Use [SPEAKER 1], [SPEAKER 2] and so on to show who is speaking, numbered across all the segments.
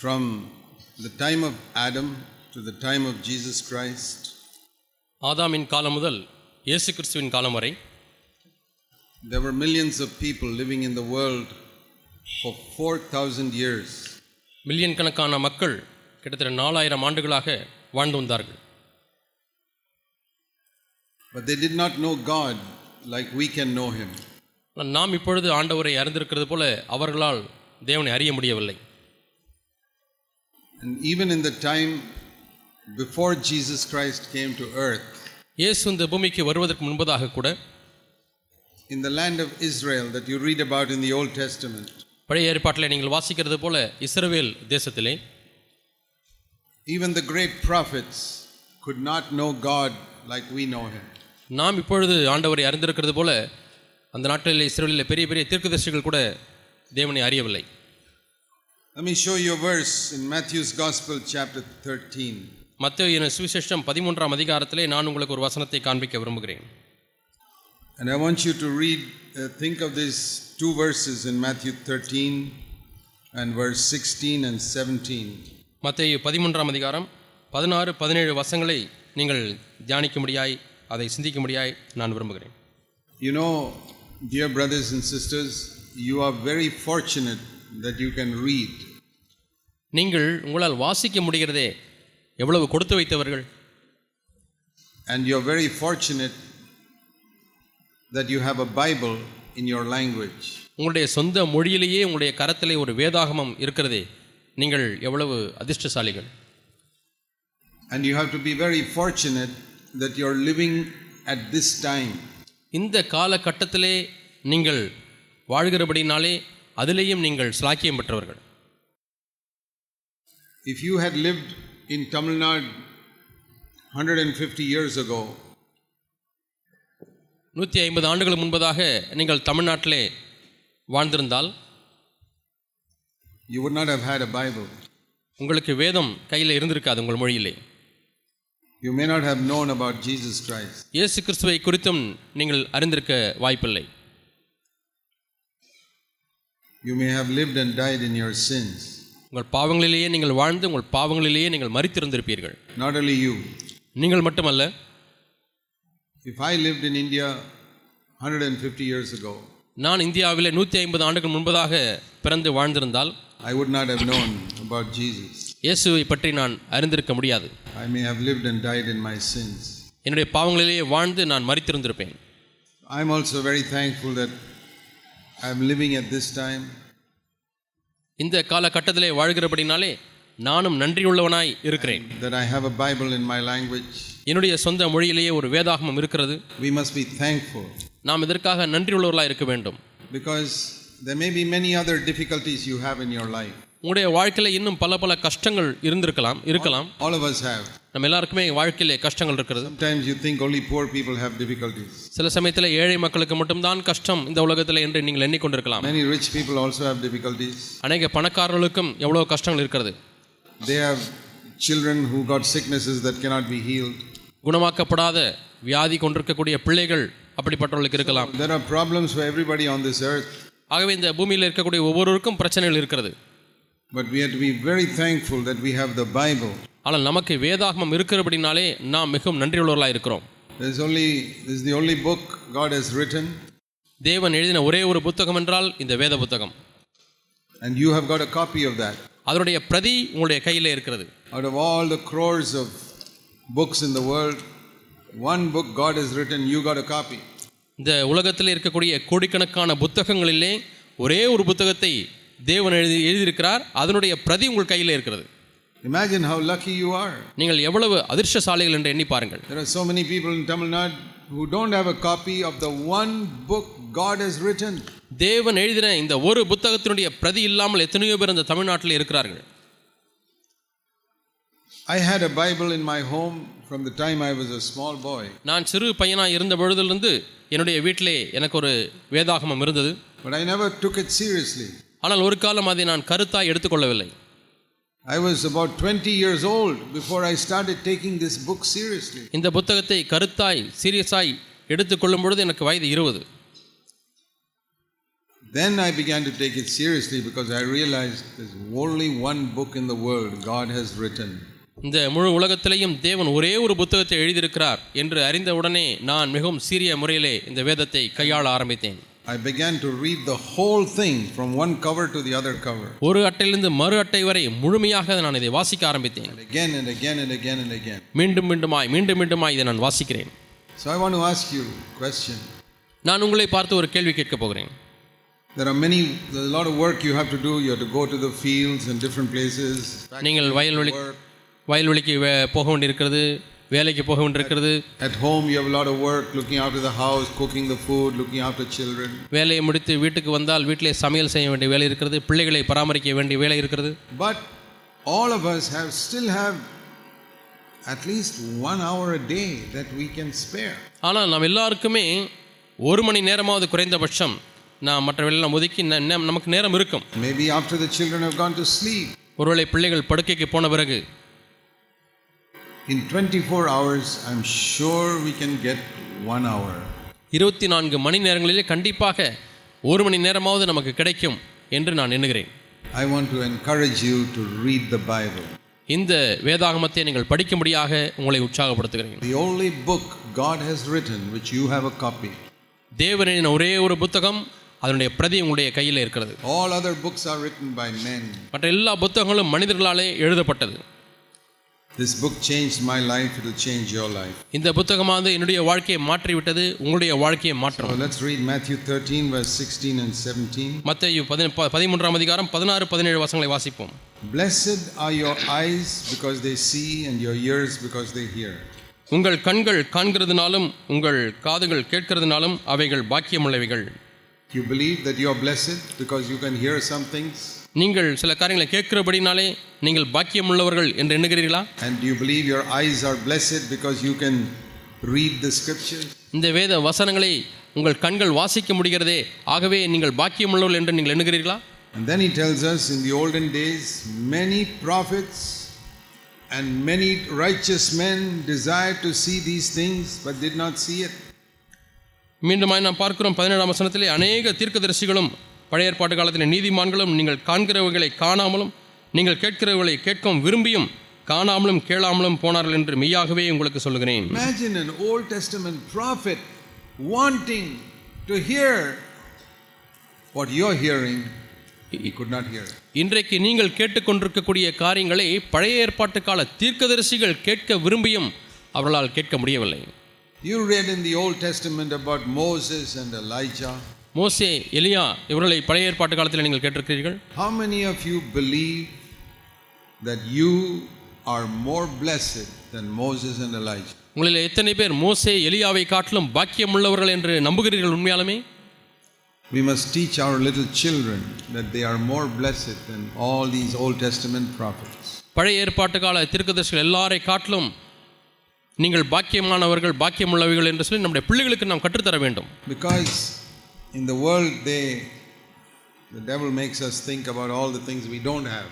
[SPEAKER 1] from the time of Adam to the time of Jesus Christ,
[SPEAKER 2] ஆதாமின் காலம் முதல் இயேசு கிறிஸ்துவின் காலம் வரை
[SPEAKER 1] there were millions of people living in the world for 4,000 years.
[SPEAKER 2] Million கணக்கான மக்கள் கிட்டத்தட்ட நாலாயிரம் ஆண்டுகளாக வாழ்ந்து வந்தார்கள்
[SPEAKER 1] But they did not know God like we can know Him.
[SPEAKER 2] ஆனால் நாம் இப்பொழுது ஆண்டவரை அறிந்திருக்கிறது போல அவர்களால் தேவனை அறிய முடியவில்லை
[SPEAKER 1] And even in the time before Jesus Christ came to earth,
[SPEAKER 2] இயேசு இந்த பூமிக்கு வருவதற்கு முன்பதாக கூட
[SPEAKER 1] in the land of Israel that you read about in the Old Testament,
[SPEAKER 2] பழைய ஏற்பாட்டில் நீங்கள் வாசிக்கிறது போல இஸ்ரவேல் தேசத்திலே
[SPEAKER 1] even the great prophets could not know God like we know Him.
[SPEAKER 2] நாம் இப்பொழுது ஆண்டவரை அறிந்திருக்கிறது போல அந்த நாட்டில் இஸ்ரேலில் பெரிய பெரிய தீர்க்கதரிசிகள் கூட தேவனை அறியவில்லை
[SPEAKER 1] Let me show you a verse in Matthew's Gospel, chapter 13.
[SPEAKER 2] மத்திய சுவிசேஷம் பதிமூன்றாம் அதிகாரத்திலே நான் உங்களுக்கு ஒரு வசனத்தை காண்பிக்க விரும்புகிறேன்
[SPEAKER 1] And I want you to read, uh, think of these two verses in Matthew 13 and verse 16 and 17.
[SPEAKER 2] மத்திய பதிமூன்றாம் அதிகாரம் பதினாறு பதினேழு வசங்களை நீங்கள் தியானிக்க முடியாய் அதை சிந்திக்க முடியாய் நான் விரும்புகிறேன்
[SPEAKER 1] You know, dear brothers and sisters, you are very fortunate that you can read.
[SPEAKER 2] நீங்கள் உங்களால் வாசிக்க முடிகிறதே எவ்வளவு கொடுத்து வைத்தவர்கள்
[SPEAKER 1] And you're very fortunate that you have a Bible in your language.
[SPEAKER 2] உங்களுடைய சொந்த மொழியிலேயே உங்களுடைய கரத்திலே ஒரு வேதாகமம் இருக்கிறதே நீங்கள் எவ்வளவு அதிர்ஷ்டசாலிகள்
[SPEAKER 1] And you have to be very fortunate that you're living at this time.
[SPEAKER 2] இந்த காலகட்டத்திலே நீங்கள் வாழ்கிறபடினாலே அதிலேயும் நீங்கள் சிலாக்கியம் பெற்றவர்கள்
[SPEAKER 1] If you had lived in Tamil Nadu 150 years ago,
[SPEAKER 2] நூற்றி ஐம்பது ஆண்டுகள் முன்பதாக நீங்கள் தமிழ்நாட்டிலே வாழ்ந்திருந்தால்
[SPEAKER 1] you would not have had a Bible.
[SPEAKER 2] உங்களுக்கு வேதம் கையில் இருந்திருக்காது உங்கள் மொழியிலே
[SPEAKER 1] You may not have known about Jesus Christ.
[SPEAKER 2] இயேசு கிறிஸ்துவை குறித்தும் நீங்கள் அறிந்திருக்க வாய்ப்பில்லை
[SPEAKER 1] You may have lived and died in your sins.
[SPEAKER 2] உங்கள் பாவங்களிலேயே நீங்கள் வாழ்ந்து உங்கள் பாவங்களிலேயே நீங்கள் மறித்திருந்திருப்பீர்கள்
[SPEAKER 1] Not only you.
[SPEAKER 2] நீங்கள் மட்டுமல்ல
[SPEAKER 1] If I lived in India 150 years ago,
[SPEAKER 2] நான் இந்தியாவிலே நூற்றி ஐம்பது ஆண்டுகள் முன்பதாக பிறந்து வாழ்ந்திருந்தால்
[SPEAKER 1] I would not have known about Jesus.
[SPEAKER 2] இயேசுவை பற்றி நான் அறிந்திருக்க முடியாது
[SPEAKER 1] I may have lived and died in my sins.
[SPEAKER 2] என்னுடைய பாவங்களிலேயே வாழ்ந்து நான் மறித்திருந்திருப்பேன்
[SPEAKER 1] I'm also very thankful that I'm living at this time
[SPEAKER 2] இந்த காலகட்டத்திலே வாழ்கிறபடினாலே நானும் நன்றியுள்ளவனாய் இருக்கிறேன்
[SPEAKER 1] that I have a Bible in my language.
[SPEAKER 2] என்னுடைய சொந்த மொழியிலேயே ஒரு வேதாகமம் இருக்கிறது
[SPEAKER 1] We must be thankful
[SPEAKER 2] நாம் இதற்காக நன்றியுள்ளவர்களாக இருக்க வேண்டும்
[SPEAKER 1] because there may be many other difficulties you have in your life.
[SPEAKER 2] உங்களுடைய வாழ்க்கையில் இன்னும் பல பல கஷ்டங்கள் இருந்திருக்கலாம் இருக்கலாம்
[SPEAKER 1] All of us have.
[SPEAKER 2] நம்ம எல்லாருக்குமே வாழ்க்கையிலே கஷ்டங்கள் இருக்கிறது
[SPEAKER 1] Sometimes you think only poor people have difficulties.
[SPEAKER 2] சில சமயத்தில் ஏழை மக்களுக்கு மட்டும்தான் கஷ்டம் இந்த உலகத்தில் என்று நீங்கள் எண்ணிக்கொண்டிருக்கலாம்
[SPEAKER 1] Many rich people also have difficulties.
[SPEAKER 2] அநேக பணக்காரர்களுக்கும் எவ்வளோ கஷ்டங்கள் இருக்கிறது
[SPEAKER 1] They have children who got sicknesses that cannot be healed.
[SPEAKER 2] குணமாக்கப்படாத வியாதி கொண்டிருக்கக்கூடிய பிள்ளைகள் அப்படிப்பட்டவர்களுக்கு இருக்கலாம்
[SPEAKER 1] There are problems for everybody on this earth,
[SPEAKER 2] ஆகவே இந்த பூமியில் இருக்கக்கூடிய ஒவ்வொருவருக்கும் பிரச்சனைகள் இருக்கிறது
[SPEAKER 1] but we have to be very thankful that we have the Bible.
[SPEAKER 2] ஆனால் நமக்கு வேதாகமம் இருக்கிறபடினாலே நாம் மிகவும் நன்றியுள்ளவர்களாக இருக்கிறோம்
[SPEAKER 1] There's only this is the only book God has written,
[SPEAKER 2] தேவன் எழுதின ஒரே ஒரு புத்தகம் என்றால் இந்த வேத புத்தகம்
[SPEAKER 1] and you have got a copy of that.
[SPEAKER 2] அதனுடைய பிரதி உங்களுடைய கையிலே இருக்கிறது
[SPEAKER 1] Out of all the crores of books in the world, one book God has written, you got a copy.
[SPEAKER 2] இந்த உலகத்தில் இருக்கக்கூடிய கோடிக்கணக்கான புத்தகங்களிலே ஒரே ஒரு புத்தகத்தை தேவன் எழுதி எழுதியிருக்கிறார் அதனுடைய பிரதி உங்கள் கையிலே இருக்கிறது
[SPEAKER 1] Imagine how lucky you are.
[SPEAKER 2] நீங்கள் எவ்வளவு அதிர்ஷ்டசாலிகள் என்று எண்ணி பாருங்கள்
[SPEAKER 1] There are so many people in Tamil Nadu who don't have a copy of the one book God has written.
[SPEAKER 2] தேவன் எழுதின இந்த ஒரு புத்தகத்தினுடைய பிரதி இல்லாமல் எத்தனையோ பேர் இந்த தமிழ்நாட்டில் இருக்கிறார்கள்
[SPEAKER 1] I had a Bible in my home from the time I was a small boy,
[SPEAKER 2] நான் சிறு பையனாக இருந்த பொழுதிலிருந்து என்னுடைய வீட்டிலே எனக்கு ஒரு வேதாகமம் இருந்தது
[SPEAKER 1] but I never took it seriously.
[SPEAKER 2] ஆனால் ஒரு காலம் அதை நான் கருத்தாய் எடுத்துக்கொள்ளவில்லை
[SPEAKER 1] I was about 20 years old before I started taking this book seriously.
[SPEAKER 2] இந்த புத்தகத்தை கருத்தாய் சீரியஸாய் எடுத்துக்கொள்ளும் பொழுது எனக்கு வயது இருபது
[SPEAKER 1] Then I began to take it seriously because I realized there's only one book in the world God has written.
[SPEAKER 2] இந்த முழு உலகத்திலேயும் தேவன் ஒரே ஒரு புத்தகத்தை எழுதியிருக்கிறார் என்று அறிந்தவுடனே நான் மிகவும் சீரிய முறையிலே இந்த வேதத்தை கையாள ஆரம்பித்தேன்
[SPEAKER 1] I began to read the whole thing from one cover to the other cover.
[SPEAKER 2] ஒரு அட்டையிலிருந்து மறு அட்டை வரை முழுமையாக நான் இதை வாசிக்க ஆரம்பித்தேன்
[SPEAKER 1] And again and again and again and again.
[SPEAKER 2] மீண்டும் மீண்டுமாய் மீண்டும் மீண்டுமாய் இதை நான் வாசிக்கிறேன்
[SPEAKER 1] So I want to ask you a question.
[SPEAKER 2] நான் உங்களை பார்த்து ஒரு கேள்வி கேட்கப் போகிறேன்
[SPEAKER 1] There are many, there's a lot of work you have to do. You have to go to the fields and different places.
[SPEAKER 2] நீங்கள் வயல்வெளி
[SPEAKER 1] Work.
[SPEAKER 2] வயல்வெளிக்கு வே- போக வேண்டியிருக்கிறது வேலைக்கு போக வேண்டியிருக்கிறது
[SPEAKER 1] At home, you have a lot of work looking after the house, cooking the food, looking after children.
[SPEAKER 2] வேலையை முடித்து வீட்டுக்கு வந்தால் வீட்டிலே சமையல் செய்ய வேண்டிய வேலை இருக்கிறது பிள்ளைகளை பராமரிக்க வேண்டிய வேலை இருக்கிறது
[SPEAKER 1] But all of us have still have at least one hour a day that we can spare.
[SPEAKER 2] ஆனால் நாம் எல்லாருக்குமே ஒரு மணி நேரமாவது குறைந்தபட்சம் நான் மற்ற வேலையெல்லாம் ஒதுக்கி ந- நம்- நமக்கு நேரம் இருக்கும்
[SPEAKER 1] Maybe after the children have gone to sleep,
[SPEAKER 2] ஒருவேளை பிள்ளைகள் படுக்கைக்கு போன பிறகு
[SPEAKER 1] in 24 hours, I'm sure we can get one hour.
[SPEAKER 2] இருபத்தி நான்கு மணி நேரங்களிலே கண்டிப்பாக ஒரு மணி நேரமாவது நமக்கு கிடைக்கும் என்று நான் எண்ணுகிறேன்
[SPEAKER 1] I want to encourage you to read the Bible.
[SPEAKER 2] இந்த வேதாகமத்தை நீங்கள் படிக்கும்படியாக உங்களை உற்சாகப்படுத்துகிறேன்
[SPEAKER 1] The only book God has written, which you have a copy.
[SPEAKER 2] தேவனின் ஒரே ஒரு புத்தகம் அதனுடைய பிரதி உங்களுடைய கையில் இருக்கிறது
[SPEAKER 1] All other books are written by men.
[SPEAKER 2] மற்ற எல்லா புத்தகங்களும் மனிதர்களாலே எழுதப்பட்டது
[SPEAKER 1] This book changed my life, it'll change your life.
[SPEAKER 2] இந்த புத்தகமானது என்னுடைய வாழ்க்கையை மாற்றிவிட்டது உங்களுடைய வாழ்க்கையை மாற்றும்
[SPEAKER 1] So let's read Matthew 13, verse 16 and 17.
[SPEAKER 2] மத்தேயு பதின ப- பதிமூன்றாம் அதிகாரம் பதினாறு பதினேழு வசங்களை வாசிப்போம்
[SPEAKER 1] Blessed are your eyes because they see, and your ears because they hear.
[SPEAKER 2] உங்கள் கண்கள் காண்கிறதுனாலும் உங்கள் காதுகள் கேட்கிறதுனாலும் அவைகள் பாக்கியமுள்ளவைகள்
[SPEAKER 1] You believe that you are blessed because you can hear some things,
[SPEAKER 2] நீங்கள் சில காரியங்களை கேட்கிறபடினாலே நீங்கள் பாக்கியமுள்ளவர்கள் என்று எண்ணுகிறீர்களா
[SPEAKER 1] and you believe your eyes are blessed because you can read the scriptures.
[SPEAKER 2] இந்த வேத வசனங்களை உங்கள் கண்கள் வாசிக்க முடிகிறதே ஆகவே நீங்கள் பாக்கியமுள்ளவர்கள் என்று நீங்கள் எண்ணுகிறீர்களா
[SPEAKER 1] And then he tells us in the olden days, many prophets and many righteous men desired to see these things but did not see it.
[SPEAKER 2] மீண்டுமாய் நாம் பார்க்கிறோம் பதினேழாம் வசனத்திலே அநேக தீர்க்கதரிசிகளும் பழைய ஏற்பாட்டு காலத்தில் நீதிமான்களும் நீங்கள் காண்கிறவர்களை காணாமலும் நீங்கள் கேட்கிறவர்களை கேட்கவும் விரும்பியும் காணாமலும் கேளாமலும் போனார்கள் என்று மெய்யாகவே உங்களுக்கு சொல்லுகிறேன்
[SPEAKER 1] Imagine an Old Testament prophet wanting to hear what you're hearing, he could not hear it.
[SPEAKER 2] இன்றைக்கு நீங்கள் கேட்டுக்கொண்டிருக்கக்கூடிய காரியங்களை பழைய ஏற்பாட்டு கால தீர்க்கதரிசிகள் கேட்க விரும்பியும் அவர்களால் கேட்க முடியவில்லை
[SPEAKER 1] You read in the Old Testament about Moses and Elijah.
[SPEAKER 2] மோசே எலியா இவர்களை பழைய ஏற்பாட்டு காலத்தில் நீங்கள் கேட்டிருக்கிறீர்கள்
[SPEAKER 1] How many of you believe that you are more blessed than Moses and Elijah?
[SPEAKER 2] உங்களில் எத்தனை பேர் மோசே எலியாவை காட்டிலும் பாக்கியமுள்ளவர்கள் என்று நம்புகிறீர்கள் உண்மையாலுமே
[SPEAKER 1] We must teach our little children that they are more blessed than all these Old Testament prophets.
[SPEAKER 2] பழைய ஏற்பாட்டு கால தீர்க்கதரிசிகள் எல்லாரை காட்டிலும் நீங்கள் பாக்கியமானவர்கள் பாக்கியமுள்ளவர்கள் என்று சொல்லி நம்முடைய பிள்ளைகளுக்கு நாம் கற்றுத்தர வேண்டும்
[SPEAKER 1] Because in the world, they, the devil makes us think about all the things we don't have.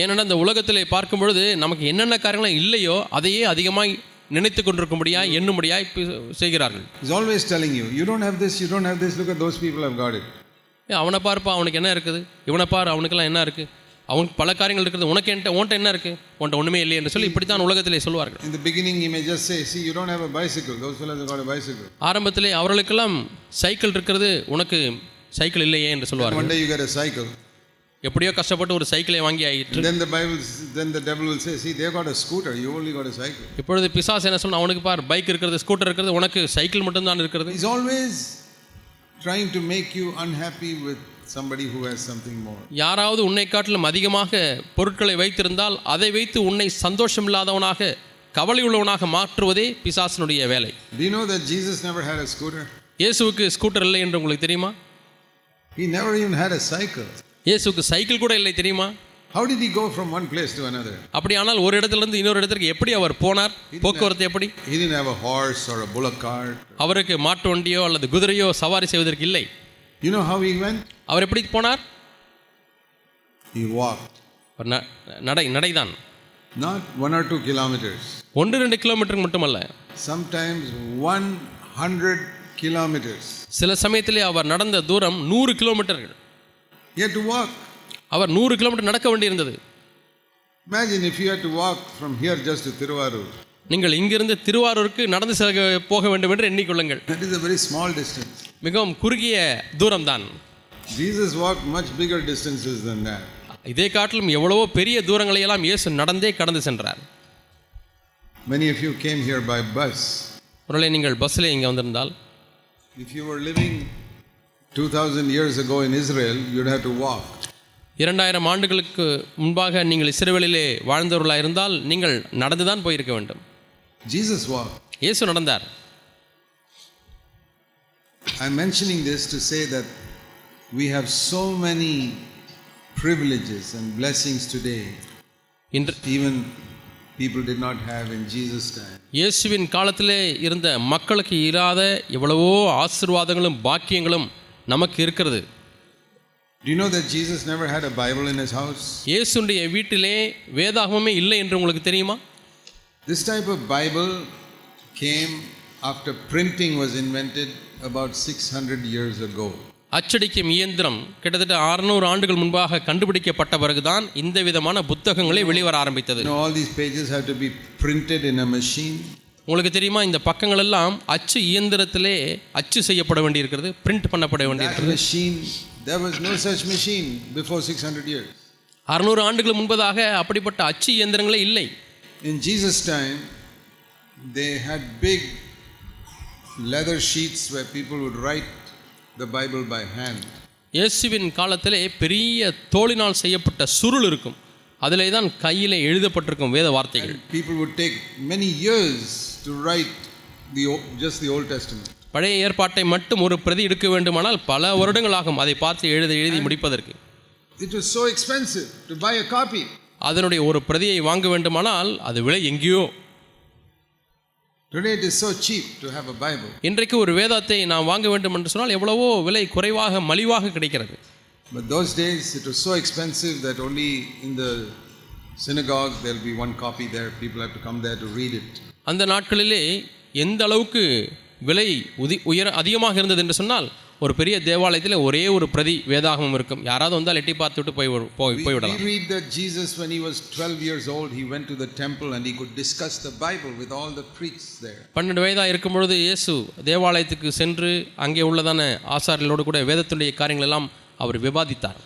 [SPEAKER 2] ஏனென்றால் இந்த உலகத்திலே பார்க்கும் பொழுது நமக்கு என்னென்ன காரியங்கள் இல்லையோ அதையே அதிகமாய் நினைத்து கொண்டிருக்கும்படியாய் எண்ணும்படியாய் பி- செய்கிறார்கள்
[SPEAKER 1] He's always telling you, you don't have this, you don't have this, look at those people have got it.
[SPEAKER 2] ஏ, அவனை பார்ப்பா அவனுக்கு என்ன இருக்குது இவனை பார் அவனுக்கெல்லாம் என்ன இருக்குது அவனுக்கு பல காரியங்கள் இருக்குது உனக்கு என்கிட்ட உன்கிட்ட என்ன இருக்குது உன்கிட்ட ஒன்றுமே இல்லை என்று சொல்லி இப்படித்தான் உலகத்திலே சொல்வார்கள்
[SPEAKER 1] In the beginning, he may just say, see, you don't have a bicycle, those fellows have got a bicycle.
[SPEAKER 2] ஆரம்பத்திலே அவர்களுக்கெல்லாம் சைக்கிள் இருக்கிறது உனக்கு சைக்கிள் இல்லையே என்று சொல்வார்கள்
[SPEAKER 1] One day you get a cycle.
[SPEAKER 2] எப்படியோ கஷ்டப்பட்டு ஒரு சைக்கிளை வாங்கி ஆயிற்று
[SPEAKER 1] And then the Bible, then the devil will say, see, they got a scooter, you only got a cycle.
[SPEAKER 2] இப்பொழுது பிசாசு என்ன சொன்னா அவனுக்கு பார் பைக் இருக்கிறது ஸ்கூட்டர் இருக்கிறது உனக்கு சைக்கிள் மட்டும்தான் இருக்கிறது
[SPEAKER 1] He's always trying to make you unhappy with somebody who has something more.
[SPEAKER 2] யாராவது உன்னை காட்டிலும் அதிகமாக பொருட்களை வைத்திருந்தால் அதை வைத்து உன்னை சந்தோஷமில்லாதவனாக கவலை உள்ளவனாக மாற்றுவதே பிசாசனுடைய வேலை
[SPEAKER 1] Do you know that Jesus never had a scooter?
[SPEAKER 2] இயேசுவுக்கு ஸ்கூட்டர் இல்லை என்று உங்களுக்கு தெரியுமா
[SPEAKER 1] He never even had a cycle.
[SPEAKER 2] இயேசுவுக்கு சைக்கிள் கூட இல்லை தெரியுமா
[SPEAKER 1] How did he go from one place to another?
[SPEAKER 2] அப்படியானால் ஒரு இடத்திலிருந்து இன்னொரு இடத்திற்கு எப்படி அவர் போனார் போக்குவரத்து எப்படி
[SPEAKER 1] He didn't have a horse or a bullock cart.
[SPEAKER 2] அவருக்கு மாட்டு வண்டியோ அல்லது குதிரையோ சவாரி செய்வதற்கு இல்லை
[SPEAKER 1] You know how he went?
[SPEAKER 2] அவர் எப்படி போனார்
[SPEAKER 1] He walked.
[SPEAKER 2] அவர் ந- நடை நடைதான்
[SPEAKER 1] Not one or two kilometers.
[SPEAKER 2] ஒன்று ரெண்டு கிலோமீட்டருக்கு மட்டுமல்ல
[SPEAKER 1] Sometimes 100 kilometers.
[SPEAKER 2] சில சமயத்திலே அவர் நடந்த தூரம் நூறு கிலோமீட்டர்கள்
[SPEAKER 1] He had to walk.
[SPEAKER 2] அவர் நூறு கிலோமீட்டர் நடக்க வேண்டியிருந்தது
[SPEAKER 1] Imagine if you had to walk from here just to Tiruvarur.
[SPEAKER 2] நீங்கள் இங்கிருந்து திருவாரூருக்கு நடந்து செல்ல போக வேண்டும் என்று எண்ணிக்கொள்ளுங்கள்
[SPEAKER 1] That is a very small distance.
[SPEAKER 2] மிகவும் குறுகிய தூரம்தான்
[SPEAKER 1] Jesus walked much bigger distances than that.
[SPEAKER 2] இதே காட்டிலும் எவ்வளவோ பெரிய தூரங்களை எல்லாம் இயேசு நடந்தே கடந்து சென்றார்
[SPEAKER 1] Many of you came here by bus.
[SPEAKER 2] ஒருவேளை நீங்கள் பஸ்ஸில் இங்கே வந்திருந்தால்
[SPEAKER 1] If you were living 2000 years ago in Israel, you'd have to walk.
[SPEAKER 2] இரண்டாயிரம் ஆண்டுகளுக்கு முன்பாக நீங்கள் இஸ்ரேவேலிலே வாழ்ந்தவர்களாக இருந்தால் நீங்கள் நடந்து தான் போயிருக்க வேண்டும்
[SPEAKER 1] Jesus walked.
[SPEAKER 2] இயேசு நடந்தார்
[SPEAKER 1] I'm mentioning this to say that we have so many privileges and blessings today,
[SPEAKER 2] இன்று
[SPEAKER 1] even people did not have in Jesus' time.
[SPEAKER 2] இயேசுவின் காலத்திலே இருந்த மக்களுக்கு இராத எவ்வளவோ ஆசீர்வாதங்களும் பாக்கியங்களும் நமக்கு இருக்கிறது
[SPEAKER 1] Do you know that Jesus never had a Bible in his house?
[SPEAKER 2] இயேசுடைய வீட்டிலே வேதாகமமே இல்லை என்று உங்களுக்கு தெரியுமா
[SPEAKER 1] This type of Bible came after printing was invented about 600 years ago.
[SPEAKER 2] அச்சடிக்கும் இயந்திரம் கிட்டத்தட்ட 600 ஆண்டுகள் முன்பாக கண்டுபிடிக்கப்பட்ட பிறகுதான் இந்த விதமான புத்தகங்களே வெளிவர ஆரம்பித்தது
[SPEAKER 1] You know, all these pages have to be printed in a machine.
[SPEAKER 2] உங்களுக்கு தெரியுமா இந்த பக்கங்கள் எல்லாம் அச்சு இயந்திரத்திலே அச்சு செய்யப்பட வேண்டியிருக்கிறது பிரிண்ட் பண்ணப்பட
[SPEAKER 1] That
[SPEAKER 2] வேண்டியிருக்கிறது
[SPEAKER 1] machine, there was no such machine before 600 years.
[SPEAKER 2] 600 ஆண்டுகள் முன்பதாக அப்படிப்பட்ட அச்சு இயந்திரங்களே இல்லை
[SPEAKER 1] In Jesus' time, they had big leather sheets where people would write the Bible by hand.
[SPEAKER 2] இயேசுவின் காலத்திலே பெரிய தோளினால் செய்யப்பட்ட சுருள் இருக்கும் அதிலே தான் கையிலே எழுதப்பட்டிருக்கும் வேத வார்த்தைகள்
[SPEAKER 1] People would take many years to write the, O- just the Old Testament.
[SPEAKER 2] பழைய ஏற்பாட்டை மட்டும் ஒரு பிரதி எடுக்க வேண்டுமானால் பல வருடங்கள் ஆகும் அதை பார்த்து எழுத எழுதி முடிப்பதற்கு
[SPEAKER 1] It was so expensive to buy a copy.
[SPEAKER 2] அதனுடைய ஒரு பிரதியை வாங்க வேண்டுமானால் அது விலை எங்கேயோ
[SPEAKER 1] Today it is so cheap to have a Bible.
[SPEAKER 2] இன்றைக்கு ஒரு வேதாத்தை நாம் வாங்க வேண்டும் என்று சொன்னால் எவ்வளவோ விலை குறைவாக மலிவாக கிடைக்கிறது
[SPEAKER 1] But those days it was so expensive that only in the synagogue there'll be one copy there. People have to come there to read it.
[SPEAKER 2] அந்த நாட்களிலே எந்த அளவுக்கு விலை உதி உயர அதிகமாக இருந்தது என்று சொன்னால் ஒரு பெரிய தேவாலயத்தில் ஒரே ஒரு பிரதி வேதாகமம் இருக்கும் யாராவது வந்தால் எட்டி பார்த்துட்டு போய் விடு- போய்
[SPEAKER 1] We
[SPEAKER 2] போய்விடலாம்
[SPEAKER 1] read that Jesus, when he was 12 years old, he went to the temple and he could discuss the Bible with all the priests there.
[SPEAKER 2] பன்னெண்டு வயதாக இருக்கும் பொழுது இயேசு தேவாலயத்துக்கு சென்று அங்கே உள்ளதான ஆசாரியர்களோடு கூட வேதத்துடைய காரியங்கள் எல்லாம் அவர் விவாதித்தார்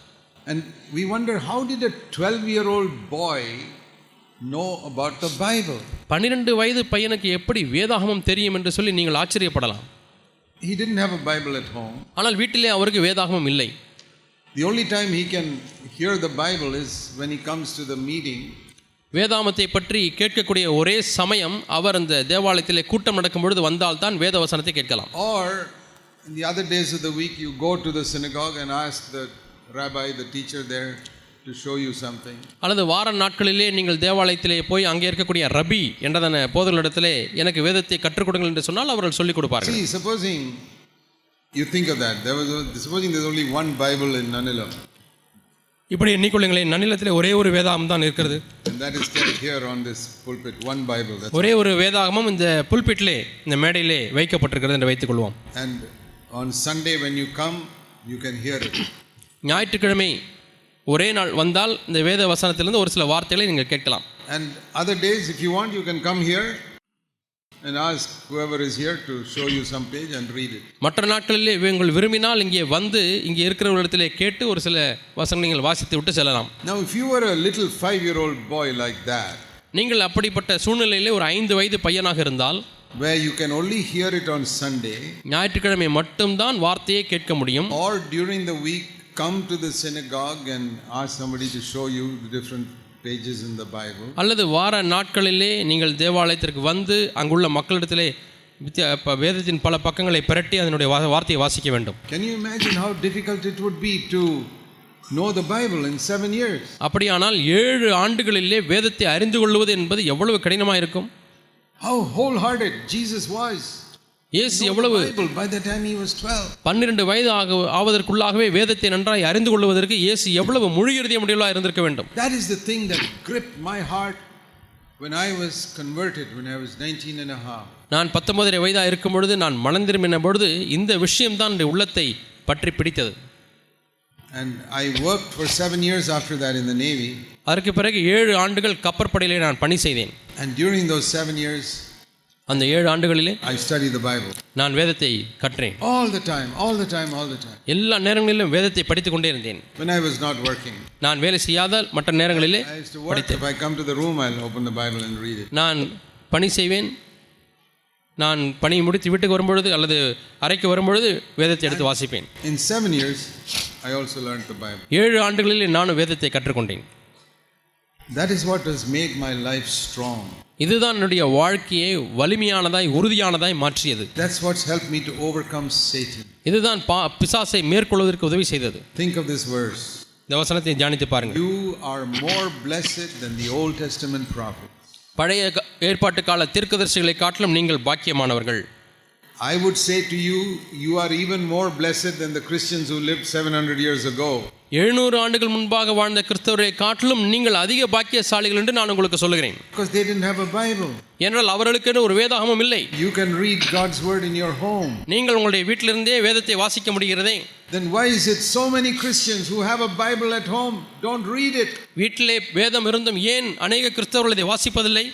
[SPEAKER 1] And we wonder how did a 12 year old boy know about the Bible?
[SPEAKER 2] பன்னிரெண்டு வயது பையனுக்கு எப்படி வேதாகமம் தெரியும் என்று சொல்லி நீங்கள் ஆச்சரியப்படலாம்
[SPEAKER 1] He didn't have a Bible at home.
[SPEAKER 2] ஆனால் வீட்டிலே அவருக்கு வேதாகமம் இல்லை
[SPEAKER 1] The only time he can hear the Bible is when he comes to the meeting
[SPEAKER 2] வேதாமத்தை பற்றி கேட்கக்கூடிய ஒரே சமயம் அவர் அந்த தேவாலயத்திலே கூட்டம் நடக்கும் பொழுது வந்தால்தான் வேத வசனத்தை கேட்கலாம்
[SPEAKER 1] Or in the other days of the week, you go to the synagogue and ask the rabbi, the teacher there, to show you something.
[SPEAKER 2] அல்லது வார நாட்களிலே நீங்கள் தேவாலயத்திலே போய் அங்கே இருக்கக்கூடிய ரபி என்றதான போதர்களிடத்திலே எனக்கு வேதத்தை கற்றுக் கொடுங்கள் என்று சொன்னால் அவர்கள் சொல்லிக் கொடுப்பார்கள்
[SPEAKER 1] See, supposing you think of that, there was a, supposing there's only one Bible in Nanilam,
[SPEAKER 2] இப்படி எண்ணிக்கொள்ளுங்களேன் நன்னிலத்திலே ஒரே ஒரு வேதாகம் தான் இருக்கிறது
[SPEAKER 1] and that is kept here on this pulpit, one Bible. That's,
[SPEAKER 2] ஒரே ஒரு வேதாகமும் இந்த புல்பிட்டிலே இந்த மேடையிலே வைக்கப்பட்டிருக்கிறது என்று வைத்துக் கொள்வோம்
[SPEAKER 1] and on Sunday when you come, you can hear it.
[SPEAKER 2] ஞாயிற்றுக்கிழமை ஒரே நாள் வந்தால் இந்த வேத வசனத்திலிருந்து ஒரு சில வார்த்தைகளை நீங்கள் கேட்கலாம்
[SPEAKER 1] And other days, if you want, you can come here and ask whoever is here to show you some page and read it.
[SPEAKER 2] மற்ற நாட்களிலே உங்கள் விரும்பினால் இங்கே வந்து இங்கே இருக்கிறவர்களிடத்திலே கேட்டு ஒரு சில வசனங்களை நீங்கள் வாசித்து விட்டு செல்லலாம்
[SPEAKER 1] Now, if you were a little five year old boy like that,
[SPEAKER 2] நீங்கள் அப்படிப்பட்ட சூழ்நிலையிலே ஒரு ஐந்து வயது பையனாக இருந்தால்
[SPEAKER 1] where you can only hear it on Sunday
[SPEAKER 2] ஞாயிற்றுக்கிழமை மட்டும்தான் வார்த்தையை கேட்க முடியும்
[SPEAKER 1] or during the week come to the synagogue and ask somebody to show you the different pages in the Bible.
[SPEAKER 2] அல்லது வார நாட்களிலே நீங்கள் தேவாலயத்திற்கு வந்து அங்குள்ள மக்களிடத்திலே வித்தியா- ப- வேதத்தின் பல பக்கங்களை பிரட்டி அதனுடைய வா- வார்த்தையை வாசிக்க வேண்டும்
[SPEAKER 1] Can you imagine how difficult it would be to know the Bible in seven years?
[SPEAKER 2] அப்படியானால் ஏழு ஆண்டுகளிலே வேதத்தை அறிந்து கொள்வது என்பது எவ்வளவு கடினமாக இருக்கும்
[SPEAKER 1] How wholehearted Jesus was.
[SPEAKER 2] இயேசு
[SPEAKER 1] The
[SPEAKER 2] எவ்வளவு
[SPEAKER 1] Bible by the time he was 12.
[SPEAKER 2] பன்னிரண்டு வயது ஆக ஆவதற்குள்ளாகவே வேதத்தை நன்றாய் அறிந்து கொள்வதற்கு இயேசு எவ்வளவு முழு இறுதிய முடிவுகளாக இருந்திருக்க வேண்டும்
[SPEAKER 1] That is the thing that gripped my heart When I was converted, when I was 19 and a half,
[SPEAKER 2] நான் பத்தொன்பதரை வயதாக இருக்கும் பொழுது நான் மனம் திரும்பின பொழுது இந்த விஷயம்தான் என் உள்ளத்தை பற்றி பிடித்தது
[SPEAKER 1] and I worked for seven years after that in the Navy,
[SPEAKER 2] அதற்கு பிறகு ஏழு ஆண்டுகள் கப்பற்படையிலே நான் பணி செய்தேன்
[SPEAKER 1] and during those seven years,
[SPEAKER 2] அந்த ஏழு ஆண்டுகளிலே
[SPEAKER 1] I studied the Bible.
[SPEAKER 2] நான் வேதத்தை கற்றேன்
[SPEAKER 1] All the time, all the time, all the time.
[SPEAKER 2] எல்லா நேரங்களிலும் வேதத்தை படித்துக் கொண்டே இருந்தேன்
[SPEAKER 1] When I was not working,
[SPEAKER 2] நான் வேலை செய்யாத மற்ற நேரங்களிலே
[SPEAKER 1] I used to work. If I come to the room, I'll open the Bible and read it.
[SPEAKER 2] நான் பணி செய்வேன் நான் பணி முடித்து வீட்டுக்கு வரும்பொழுது அல்லது அறைக்கு வரும்பொழுது வேதத்தை எடுத்து வாசிப்பேன்
[SPEAKER 1] In seven years, I also learned the Bible.
[SPEAKER 2] ஏழு ஆண்டுகளிலே நானும் வேதத்தை கற்றுக்கொண்டேன்
[SPEAKER 1] That is what has made my life strong.
[SPEAKER 2] இதுதான் என்னுடைய வாழ்க்கையை வலிமையானதாய் உறுதியானதாய் மாற்றியது
[SPEAKER 1] That's what's helped me to overcome Satan.
[SPEAKER 2] இதுதான் பா பிசாசை மேற்கொள்வதற்கு உதவி செய்தது
[SPEAKER 1] Think of this verse
[SPEAKER 2] இந்த வசனத்தை தியானித்து பாருங்கள்
[SPEAKER 1] You are more blessed than the Old Testament prophets.
[SPEAKER 2] பழைய க- ஏற்பாட்டு கால தீர்க்கதரிசிகளை காட்டிலும் நீங்கள் பாக்கியமானவர்கள்
[SPEAKER 1] I would say to you, you are even more blessed than the Christians who lived 700 years ago.
[SPEAKER 2] எழுநூறு ஆண்டுகள் முன்பாக வாழ்ந்த கிறிஸ்தவரை காட்டிலும் நீங்கள் அதிக பாக்கியசாலிகள் என்று நான் உங்களுக்கு சொல்லுகிறேன்
[SPEAKER 1] Because they didn't have a Bible.
[SPEAKER 2] ஏனென்றால் அவர்களுக்கென்று ஒரு வேதாகமும் இல்லை
[SPEAKER 1] You can read God's Word in your home.
[SPEAKER 2] நீங்கள் உங்களுடைய வீட்டிலிருந்தே வேதத்தை வாசிக்க முடிகிறதே
[SPEAKER 1] Then why is it so many Christians who have a Bible at home don't read it?
[SPEAKER 2] வீட்டிலே வேதம் இருந்தும் ஏன் அநேக கிறிஸ்தவர்கள் இதை வாசிப்பதில்லை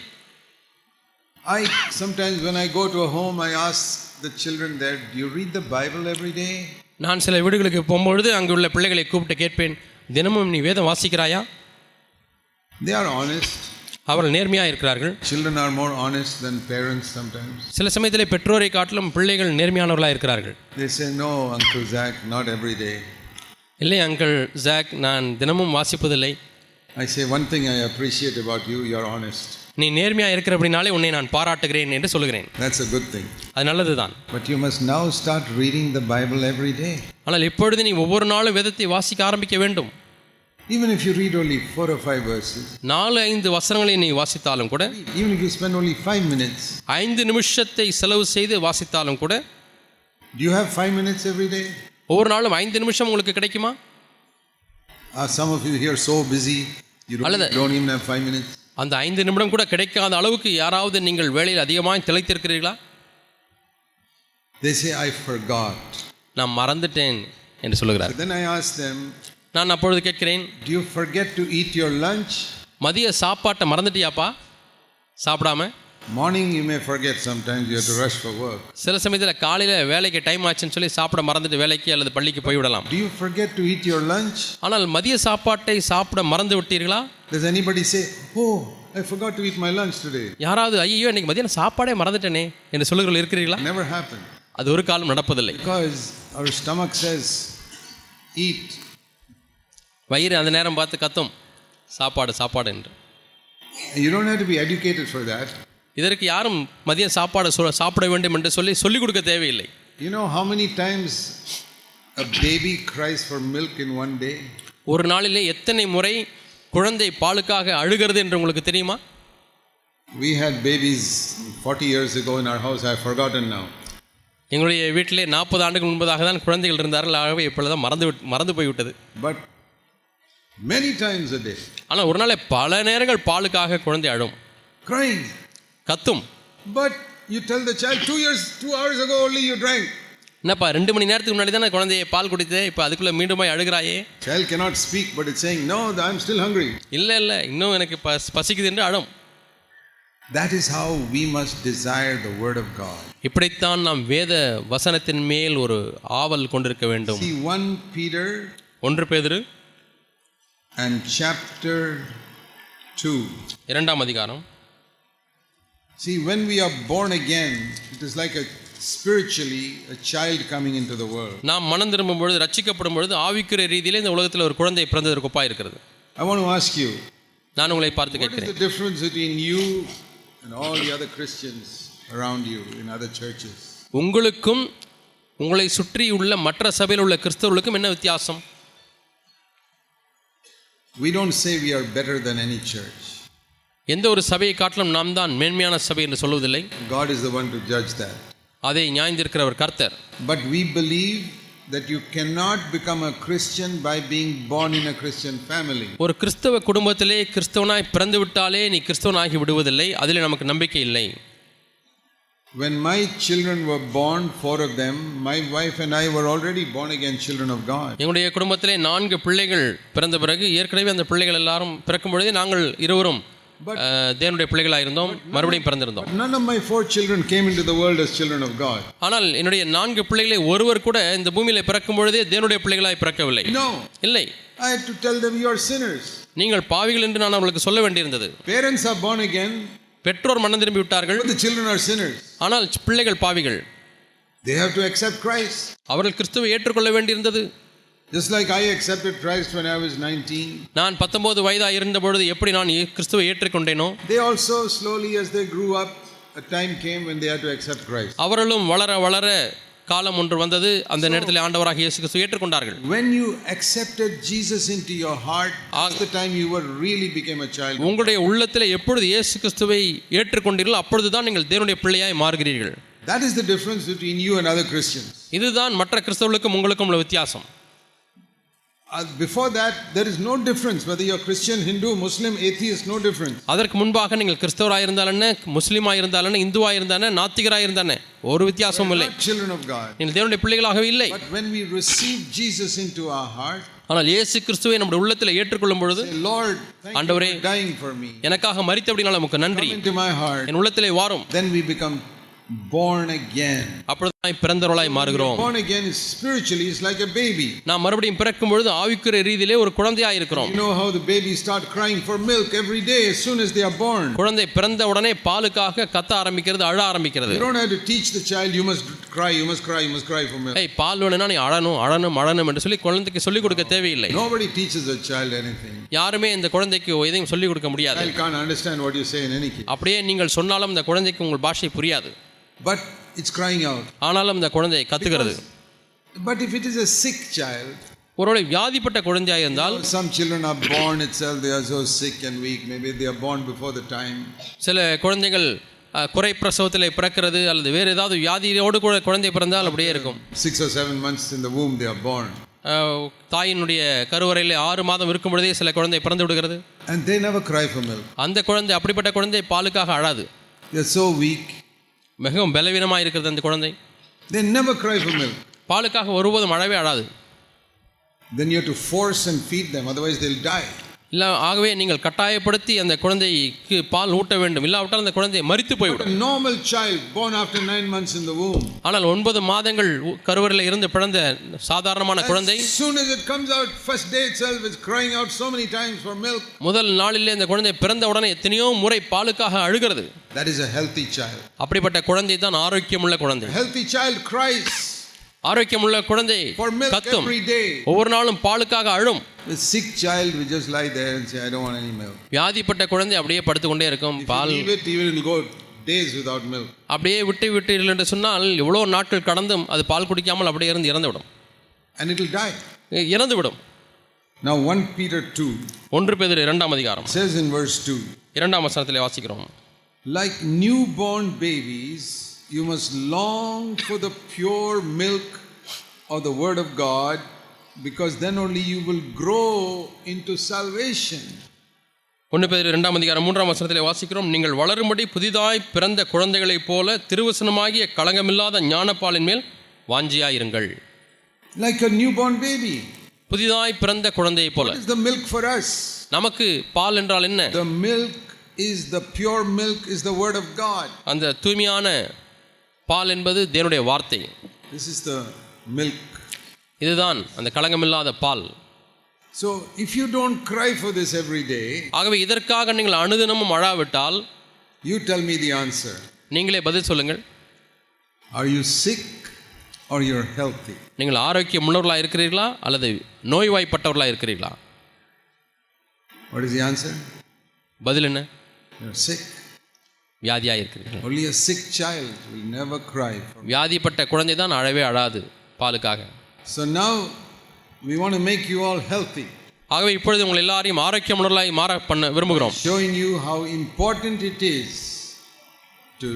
[SPEAKER 1] I sometimes, when I go to a home, I ask the children there, Do you read the Bible every day?
[SPEAKER 2] நான் சில வீடுகளுக்கு போகும்பொழுது அங்குள்ள பிள்ளைகளை கூப்பிட்டு கேட்பேன் தினமும் நீ வேதம் வாசிக்கிறாயா
[SPEAKER 1] They are honest.
[SPEAKER 2] அவர்கள் நேர்மையாக இருக்கிறார்கள்
[SPEAKER 1] Children are more honest than parents sometimes.
[SPEAKER 2] சில சமயத்தில் பெற்றோரை காட்டிலும் பிள்ளைகள் நேர்மையானவர்களாக இருக்கிறார்கள்
[SPEAKER 1] They say, No, Uncle Zach, not every day.
[SPEAKER 2] இல்லை அங்கிள் ஜாக் நான் தினமும் வாசிப்பதில்லை
[SPEAKER 1] I say, One thing I appreciate about you, you're honest.
[SPEAKER 2] நீ நேர்மையாக இருக்கிற அப்படின்னாலே உன்னை நான் பாராட்டுகிறேன் என்று சொல்கிறேன்
[SPEAKER 1] That's a good thing.
[SPEAKER 2] அது நல்லதுதான்
[SPEAKER 1] But you must now start reading the Bible every day.
[SPEAKER 2] ஆனால் இப்பொழுது நீ ஒவ்வொரு நாளும் வேதத்தை வாசிக்க ஆரம்பிக்க வேண்டும்
[SPEAKER 1] Even if you read only four or five verses,
[SPEAKER 2] நாலு ஐந்து வசனங்களை நீ வாசித்தாலும் கூட
[SPEAKER 1] even if you spend only five minutes,
[SPEAKER 2] ஐந்து நிமிஷத்தை செலவு செய்து வாசித்தாலும் கூட
[SPEAKER 1] do you have five minutes every day?
[SPEAKER 2] ஒவ்வொரு நாளும் ஐந்து நிமிஷம் உங்களுக்கு கிடைக்குமா
[SPEAKER 1] Are Uh, some of you here so busy, you
[SPEAKER 2] அல்லது-
[SPEAKER 1] don't, don't even have five minutes?
[SPEAKER 2] அந்த ஐந்து நிமிடம் கூட கிடைக்காத அளவுக்கு யாராவது நீங்கள் வேலையில் அதிகமாக திளைத்திருக்கிறீர்களா
[SPEAKER 1] They say, I forgot.
[SPEAKER 2] நான் மறந்துட்டேன் என்று
[SPEAKER 1] So
[SPEAKER 2] சொல்லுகிறார்
[SPEAKER 1] then I ask them,
[SPEAKER 2] நான் அப்பொழுது கேட்கிறேன்
[SPEAKER 1] Do you forget to eat your lunch?
[SPEAKER 2] மதிய சாப்பாட்டை மறந்துட்டியாப்பா சாப்பிடாம
[SPEAKER 1] Morning, you may forget sometimes, you have to rush for work.
[SPEAKER 2] சில சமயத்தில் காலையில் வேலைக்கு டைம் ஆச்சுன்னு சொல்லி சாப்பிட மறந்துட்டு வேலைக்கு அல்லது பள்ளிக்கு போய்விடலாம்
[SPEAKER 1] Do you forget to eat your lunch?
[SPEAKER 2] ஆனால் மதிய சாப்பாட்டை சாப்பிட மறந்து விட்டீர்களா
[SPEAKER 1] Does anybody say, Oh, I forgot to eat my lunch today?
[SPEAKER 2] யாராவது ஐயோ இன்னைக்கு மதியானம் சாப்பாடே மறந்துட்டேனே என்று சொல்லுகிறவர்கள் இருக்கிறீர்களா
[SPEAKER 1] Never happened.
[SPEAKER 2] அது ஒரு காலம் நடப்பதில்லை
[SPEAKER 1] Because our stomach says, Eat.
[SPEAKER 2] வயிறு அந்த நேரம் பார்த்து கத்தும் சாப்பாடு சாப்பாடு என்று
[SPEAKER 1] And you don't have to be educated for that.
[SPEAKER 2] இதற்கு யாரும் மதியம் சாப்பாடு சொ- சாப்பிட வேண்டும் என்று சொல்லி சொல்லிக் கொடுக்க தேவையில்லை
[SPEAKER 1] You know how many times a baby cries for milk in one day?
[SPEAKER 2] ஒரு நாளிலே எத்தனை முறை குழந்தை பாலுக்காக அழுகிறது என்று உங்களுக்கு தெரியுமா
[SPEAKER 1] We had babies 40 years ago in our house, I've forgotten now.
[SPEAKER 2] எங்களுடைய வீட்டிலே நாற்பது ஆண்டுகள் முன்பதாக தான் குழந்தைகள் இருந்தார்கள் ஆகவே இப்பொழுதுதான் மறந்து விட்- மறந்து போய்விட்டது
[SPEAKER 1] But many times a day,
[SPEAKER 2] ஆனால் ஒரு நாளே பல நேரங்கள் பாலுக்காக குழந்தை அழும்
[SPEAKER 1] crying.
[SPEAKER 2] கத்தும்
[SPEAKER 1] But you tell the child, two years, two hours ago only you drank.
[SPEAKER 2] என்னப்பா ரெண்டு மணி நேரத்துக்கு முன்னாடி தானே குழந்தையை பால் குடித்தே இப்போ அதுக்குள்ளே மீண்டும் போய் அழுகிறாயே
[SPEAKER 1] Child cannot speak, but it's saying, no, I'm still hungry.
[SPEAKER 2] இல்லை இல்லை இன்னும் எனக்கு பஸ் பசிக்குது என்று அழும்
[SPEAKER 1] That is how we must desire the Word of God.
[SPEAKER 2] இப்படித்தான் நாம் வேத வசனத்தின் மேல் ஒரு ஆவல் கொண்டிருக்க வேண்டும்
[SPEAKER 1] See, 1 Peter
[SPEAKER 2] ஒன்று பேதுரு
[SPEAKER 1] and chapter 2.
[SPEAKER 2] இரண்டாம் அதிகாரம்
[SPEAKER 1] See, when we are born again, it is like a spiritually a child coming into the world.
[SPEAKER 2] நாம் மனம் திரும்பும் பொழுது ரட்சிக்கப்படும் பொழுது ஆவிக்குரிய ரீதியிலே இந்த உலகத்தில் ஒரு குழந்தை பிறந்ததற்கு ஒப்பாக இருக்கிறது
[SPEAKER 1] I want to ask you,
[SPEAKER 2] நான் உங்களை பார்த்து
[SPEAKER 1] what is
[SPEAKER 2] கேட்கிறேன்
[SPEAKER 1] the difference between you and all the other Christians around you in other churches?
[SPEAKER 2] உங்களுக்கும் உங்களை சுற்றியுள்ள மற்ற சபையில் உள்ள கிறிஸ்தவர்களுக்கும் என்ன வித்தியாசம்
[SPEAKER 1] We don't say we are better than any church.
[SPEAKER 2] எந்த ஒரு சபையை காட்டிலும் நாம் தான் மேன்மையான சபை என்று சொல்வதில்லை
[SPEAKER 1] God is the one to judge that.
[SPEAKER 2] அதை நியாய்ந்திருக்கிறவர் கர்த்தர்
[SPEAKER 1] But we believe that you cannot become a Christian by being born in a Christian family.
[SPEAKER 2] ஒரு கிறிஸ்தவ குடும்பத்திலே கிறிஸ்தவனாய் பிறந்து விட்டாலே நீ கிறிஸ்தவனாகி விடுவதில்லை அதில் நமக்கு நம்பிக்கை இல்லை
[SPEAKER 1] When my children were born, four of them, my wife and I were already born again children of God.
[SPEAKER 2] எங்களுடைய குடும்பத்திலே நான்கு பிள்ளைகள் பிறந்த பிறகு ஏற்கனவே அந்த பிள்ளைகள் எல்லாரும் பிறக்கும் பொழுதே நாங்கள் இருவரும் அஹ், தேவனுடைய பிள்ளைகளாக இருந்தோம் மறுபடியும் பிறந்திருந்தோம்
[SPEAKER 1] None of my four children came into the world as children of God.
[SPEAKER 2] ஆனால் என்னுடைய நான்கு பிள்ளைகளை ஒருவர் கூட இந்த பூமியில பிறக்கும் பொழுதே தேவனுடைய பிள்ளைகளாய் பிறக்கவில்லை
[SPEAKER 1] No,
[SPEAKER 2] இல்லை
[SPEAKER 1] I had to tell them you are sinners.
[SPEAKER 2] நீங்கள் பாவிகள் என்று நான் அவர்களுக்கு சொல்ல வேண்டியிருந்தது
[SPEAKER 1] Parents are born again,
[SPEAKER 2] பெற்றோர் மனம் திரும்பி விட்டார்கள்
[SPEAKER 1] but the children are sinners.
[SPEAKER 2] ஆனால் பிள்ளைகள் பாவிகள்
[SPEAKER 1] They have to accept Christ.
[SPEAKER 2] அவர்கள் கிறிஸ்துவை ஏற்றுக்கொள்ள வேண்டியிருந்தது
[SPEAKER 1] Just like I accepted Christ when I was 19,
[SPEAKER 2] நான் பத்தொன்பது வயதாக இருந்த பொழுது எப்படி நான் இ- கிறிஸ்துவை ஏற்றுக்கொண்டேனோ
[SPEAKER 1] they also slowly, as they grew up, a time came when they had to accept Christ.
[SPEAKER 2] அவர்களும் வளர வளர காலம் ஒன்று வந்தது அந்த நேரத்தில் ஆண்டவராக இயேசு கிறிஸ்துவை ஏற்றுக்கொண்டார்கள்
[SPEAKER 1] When you accepted Jesus into your heart, that's the time you were really became a child.
[SPEAKER 2] உங்களுடைய உள்ளத்தில் எப்பொழுது இயேசு கிறிஸ்துவை ஏற்றுக்கொண்டீர்களோ அப்பொழுது தான் நீங்கள் தேவனுடைய பிள்ளையாய் மாறுகிறீர்கள்
[SPEAKER 1] That is the difference between you and other Christians.
[SPEAKER 2] இதுதான் மற்ற கிறிஸ்தவர்களுக்கும் உங்களுக்கும் உள்ள வித்தியாசம்
[SPEAKER 1] Uh, before that, there is no difference whether you're Christian, Hindu, Muslim, atheist, no difference.
[SPEAKER 2] அதற்கு முன்பாக நீங்கள் கிறிஸ்தவராக இருந்தாலும் முஸ்லீமாக இருந்தாலும் இந்துவாக இருந்தாலும் நாத்திகராக இருந்தானே ஒரு வித்தியாசமும் இல்லை
[SPEAKER 1] Not children of God.
[SPEAKER 2] நீங்கள் தேவனுடைய பிள்ளைகளாகவே இல்லை
[SPEAKER 1] But when we receive Jesus into our heart,
[SPEAKER 2] ஆனால் இயேசு கிறிஸ்துவை நம்முடைய உள்ளத்தில் ஏற்றுக்கொள்ளும் பொழுது
[SPEAKER 1] say, Lord, thank you
[SPEAKER 2] ஆண்டவரே,
[SPEAKER 1] for dying for me.
[SPEAKER 2] எனக்காக மறித்தபடினால உமக்கு நன்றி
[SPEAKER 1] Come into my heart.
[SPEAKER 2] என் உள்ளத்திலே வாரும்
[SPEAKER 1] Then we become born again.
[SPEAKER 2] அப்பொழுது பிறந்தவர்களாய் மாறுகிறோம்
[SPEAKER 1] Born again is spiritually is like a baby.
[SPEAKER 2] நாம் மறுபடியும் பிறக்கும் பொழுது ஆவிக்குரிய ரீதியிலே ஒரு குழந்தையாக இருக்கிறோம்
[SPEAKER 1] You know how the babies start crying for milk every day as soon as they are born.
[SPEAKER 2] குழந்தை பிறந்த உடனே பாலுக்காக கத்த ஆரம்பிக்கிறது அழ ஆரம்பிக்கிறது
[SPEAKER 1] You don't have to teach the child, you must cry, you must cry, you must cry for milk.
[SPEAKER 2] ஏய் பால் வேணும்னா நீ அழணும் அழணும் அழணும் என்று சொல்லி குழந்தைக்கு சொல்லிக் கொடுக்க தேவையில்லை
[SPEAKER 1] Nobody teaches a child anything.
[SPEAKER 2] யாருமே இந்த குழந்தைக்கு எதையும் சொல்லிக் கொடுக்க முடியாது
[SPEAKER 1] Child can't understand what you say in any case.
[SPEAKER 2] அப்படியே நீங்கள் சொன்னாலும் இந்த குழந்தைக்கு உங்கள் பாஷை புரியாது
[SPEAKER 1] But it's crying out.
[SPEAKER 2] ஆனாலும் இந்த குழந்தை கத்துகிறது
[SPEAKER 1] But if it is a sick child,
[SPEAKER 2] ஒருவேளை வியாதிப்பட்ட குழந்தையாக இருந்தால்
[SPEAKER 1] some children are born itself, they are so sick and weak, maybe they are born before the time.
[SPEAKER 2] சில குழந்தைகள் அஹ், குறை பிரசவத்தில் பிறக்கிறது அல்லது வேறு ஏதாவது வியாதியோடு கூட குழந்தை பிறந்தால் அப்படியே இருக்கும்
[SPEAKER 1] Six or seven months in the womb, they are born.
[SPEAKER 2] அஹ், தாயினுடைய கருவறையில் ஆறு மாதம் இருக்கும் பொழுதே சில குழந்தை பிறந்து விடுகிறது
[SPEAKER 1] And they never cry for milk.
[SPEAKER 2] அந்த குழந்தை அப்படிப்பட்ட குழந்தை பாலுக்காக அழாது
[SPEAKER 1] They are so weak,
[SPEAKER 2] மிகவும் பலவீனமாக இருக்கிறது அந்த குழந்தை
[SPEAKER 1] they never cry for milk.
[SPEAKER 2] பாலுக்காக ஒருபோதும் அழவே அழாது
[SPEAKER 1] Then you have to force and feed them, otherwise they'll die.
[SPEAKER 2] இல்லை ஆகவே நீங்கள் கட்டாயப்படுத்தி அந்த குழந்தைக்கு பால் ஊட்ட வேண்டும் இல்லாவிட்டால் அந்த குழந்தை மரித்து போய்விடும்
[SPEAKER 1] A normal child born after nine months in the womb,
[SPEAKER 2] ஆனால் ஒன்பது மாதங்கள் கருவறையில் இருந்து பிறந்த சாதாரணமான குழந்தை
[SPEAKER 1] as soon as it comes out, first day itself, it's crying out so many times for milk.
[SPEAKER 2] முதல் நாளிலே அந்த குழந்தை பிறந்த உடனே எத்தனையோ முறை பாலுக்காக அழுகிறது
[SPEAKER 1] That is a healthy child.
[SPEAKER 2] அப்படிப்பட்ட குழந்தை தான் ஆரோக்கியமுள்ள குழந்தை
[SPEAKER 1] A healthy child cries
[SPEAKER 2] ஆரோக்கியமுள்ள குழந்தை
[SPEAKER 1] for milk
[SPEAKER 2] கத்தும்
[SPEAKER 1] every day.
[SPEAKER 2] ஒவ்வொரு நாளும் பாலுக்காக அழும்
[SPEAKER 1] The sick child will just lie there and say, I don't want any milk.
[SPEAKER 2] வியாதிப்பட்ட குழந்தை அப்படியே படுத்துக்கொண்டே இருக்கும்
[SPEAKER 1] If
[SPEAKER 2] ball
[SPEAKER 1] you leave it, he will go days without milk.
[SPEAKER 2] அப்படியே விட்டு விட்டீர்கள் என்று சொன்னால் எவ்வளோ நாட்கள் கடந்தும் அது பால் குடிக்காமல் அப்படியே இருந்து இறந்துவிடும்
[SPEAKER 1] And it will die.
[SPEAKER 2] இறந்துவிடும்
[SPEAKER 1] Now, 1 Peter 2
[SPEAKER 2] ஒன்று பேர் இரண்டாம் அதிகாரம்
[SPEAKER 1] says in verse 2
[SPEAKER 2] இரண்டாம் வசனத்திலே வாசிக்கிறோம்
[SPEAKER 1] Like newborn babies, you must long for the pure milk of the Word of God, because then only you will grow into salvation.
[SPEAKER 2] ஒன்று பேர் இரண்டாம் அதிகாரம் மூன்றாம் வசனத்திலே வாசிக்கிறோம் நீங்கள் வளரும்படி புதிதாய் பிறந்த குழந்தைகளைப் போல திருவசனமாகிய களங்கமில்லாத ஞானப்பாலின் மேல் வாஞ்சியாயிருங்கள்
[SPEAKER 1] Like a newborn baby.
[SPEAKER 2] புதிதாய் பிறந்த குழந்தையைப் போல
[SPEAKER 1] What is the milk for us?
[SPEAKER 2] நமக்கு பால் என்றால் என்ன
[SPEAKER 1] The milk is the pure milk, is the Word of God.
[SPEAKER 2] அந்த தூய்மையான பால் என்பது தேவனுடைய வார்த்தை
[SPEAKER 1] This is the milk.
[SPEAKER 2] இதுதான் அந்த களங்கமில்லாத பால்
[SPEAKER 1] So if you don't cry for this every day,
[SPEAKER 2] ஆகவே இதற்காக நீங்கள் அனுதினமும் அழாவிட்டால்
[SPEAKER 1] you tell me the answer.
[SPEAKER 2] நீங்களே பதில் சொல்லுங்கள்
[SPEAKER 1] Are you sick or you're healthy?
[SPEAKER 2] நீங்கள் ஆரோக்கியம் உள்ளவர்களாக இருக்கிறீர்களா அல்லது நோய்வாய்ப்பட்டவர்களாக இருக்கிறீர்களா
[SPEAKER 1] What is the answer?
[SPEAKER 2] பதில் என்ன
[SPEAKER 1] You're sick.
[SPEAKER 2] வியாதியாக இருக்கிறீர்கள்
[SPEAKER 1] Only a sick child will never cry. For
[SPEAKER 2] வியாதிப்பட்ட குழந்தை தான் அழவே அழாது பாலுக்காக
[SPEAKER 1] so now we want to make you all healthy,
[SPEAKER 2] ஆகவே இப்பொழுது உங்கள் எல்லாரையும் ஆரோக்கியமுள்ளவர்களாய் மாற பண்ண விரும்புகிறோம்
[SPEAKER 1] showing you how important it is to